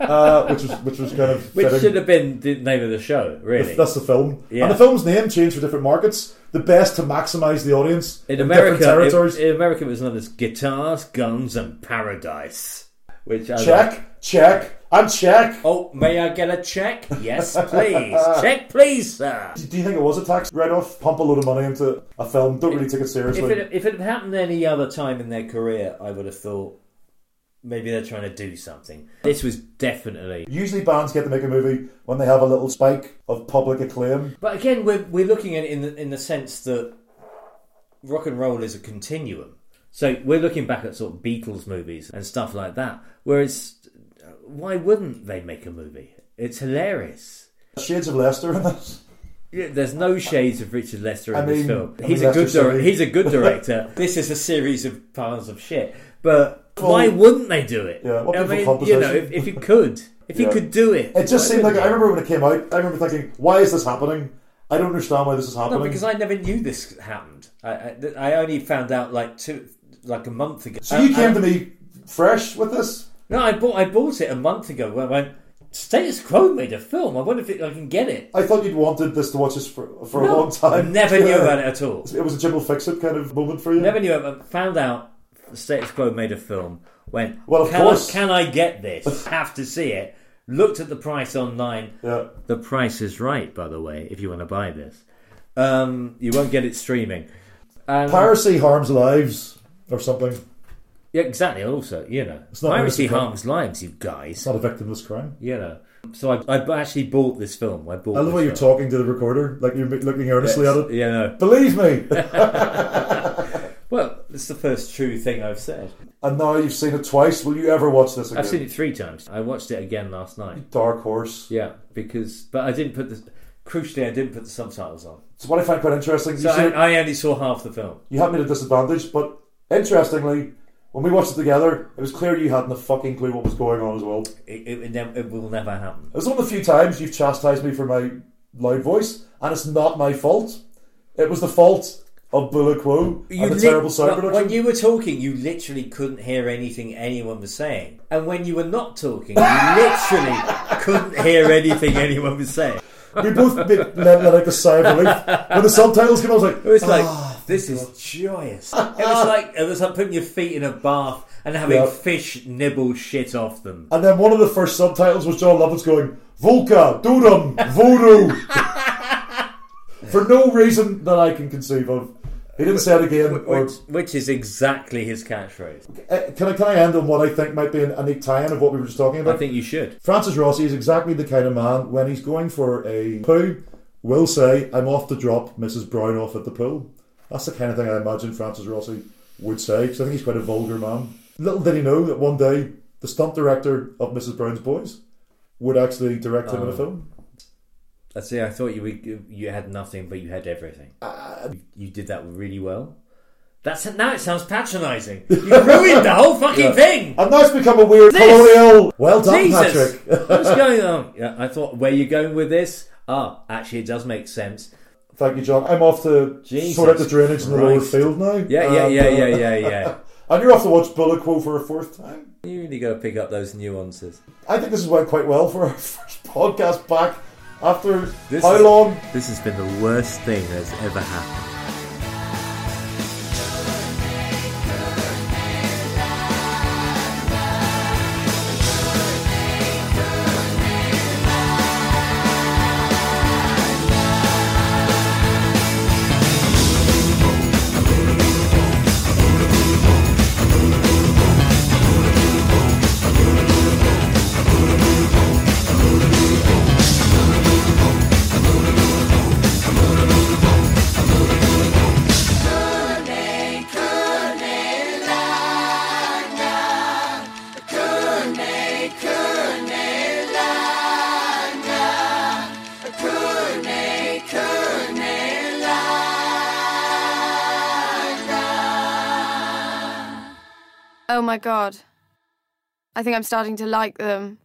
uh, which was which was kind of
which
fitting.
should have been the name of the show, really.
That's the film,
Yeah.
and the film's name changed for different markets. The best to maximize the audience
in
different
America, it-
territories.
in America, it was known as Guitars, Guns, and Paradise. Which I like.
check, check, and check.
Oh, may I get a check? Yes, please. check, please, sir.
Do you think it was a tax write-off? Pump a load of money into a film. Don't really take it seriously.
If it, if it had happened any other time in their career, I would have thought maybe they're trying to do something. This was definitely.
Usually, bands get to make a movie when they have a little spike of public acclaim.
But again, we're, we're looking at it in the, in the sense that rock and roll is a continuum. So we're looking back at sort of Beatles movies and stuff like that. Whereas, uh, why wouldn't they make a movie? It's hilarious.
Shades of Leicester in this.
Yeah, There's no shades of Richard Lester in
I
this
mean-
film.
I
He's
mean,
a good
Lester,
dir-
sorry.
he's a good director. this is a series of piles of shit. But why wouldn't they do it?
Yeah, what
I
people
mean,
composition.
you know, if, if you could, if you
Yeah.
could do it,
It just
why
seemed like
wouldn't
I
you?
remember when it came out. I remember thinking, "Why is this happening? I don't understand why this is happening."
No, because I never knew this happened. I, I, th- I only found out like two, like a month ago.
so you
I-
came
I-
to me fresh with this.
No, I bought I bought it a month ago. When I went, Status Quo made a film. I wonder if it, I can get it.
I thought you'd wanted this to watch this for, for a
No,
long time.
I never knew about it at all.
It was a Jim will fix it kind of moment for you.
Never knew. I found out Status Quo made a film. Went
Well, of
can
course.
I, can I get this? Have to see it. Looked at the price online.
Yeah.
The price is right, by the way. If you want to buy this, um, you won't get it streaming. Um,
Piracy harms lives or something.
yeah, exactly. Also, you know,
not
piracy
really-
harms lives, you guys.
It's not a victimless crime.
You know. So I, I actually bought this film. I bought.
I love how
this
you're
film.
talking to the recorder, like you're looking earnestly at it.
Yeah, no.
Believe me.
Well, It's the first true thing I've said.
And now you've seen it twice. Will you ever watch this again?
I've seen it three times. I watched it again last night.
Dark Horse.
Yeah, because but I didn't put the crucially I didn't put the subtitles on.
So what I find quite interesting.
So
you, see,
I, I only saw half the film.
you had me at a disadvantage, but interestingly, when we watched it together, it was clear you hadn't a fucking clue what was going on as well.
It, it, it, nev- it will never happen.
It's one of the few times you've chastised me for my loud voice, and it's not my fault. It was the fault of Bula Quo and the
lit-
terrible sound
when-
production.
When you were talking, you literally couldn't hear anything anyone was saying, and when you were not talking, you literally couldn't hear anything anyone was saying.
We both let, let out the sigh of relief. When the subtitles came, on, I was like,
It was like
"Ah."
this is joyous. It was like it was like putting your feet in a bath and having
Yeah.
fish nibble shit off them.
And then one of the first subtitles was John Lovitz going, Volka, Dodum, Voodoo. For no reason that I can conceive of. He didn't say it again. or,
Which, which is exactly his catchphrase.
Uh, can, I, can I end on what I think might be an, a neat tie-in of what we were just talking about?
I think you should.
Francis Rossi is exactly the kind of man, when he's going for a poo, will say, I'm off to drop Mrs. Brown off at the pool. That's the kind of thing I imagine Francis Rossi would say, because I think he's quite a vulgar man. Little did he know that one day the stunt director of Mrs. Brown's Boys would actually direct him in a
Oh.
film.
I see. I thought you were, you had nothing, but you had everything.
Uh,
you, you did that really well. That's now it sounds patronising. You ruined the whole fucking
Yeah.
thing.
And now it's become a weird
This-
colonial. Well done,
Jesus.
Patrick.
What's going on? Yeah, I thought where you going with this? Ah, actually, it does make sense.
Thank you, John. I'm off to
Jesus
sort out the drainage in the lower
Christ.
field now.
Yeah, yeah,
And,
yeah,
uh,
yeah, yeah, yeah.
and you're off to watch Bullet Quo for a fourth time.
You really got to pick up those nuances.
I think this has went quite well for our first podcast back after
This
how
is-
long?
This has been the worst thing that's ever happened.
Oh my god. I think I'm starting to like them.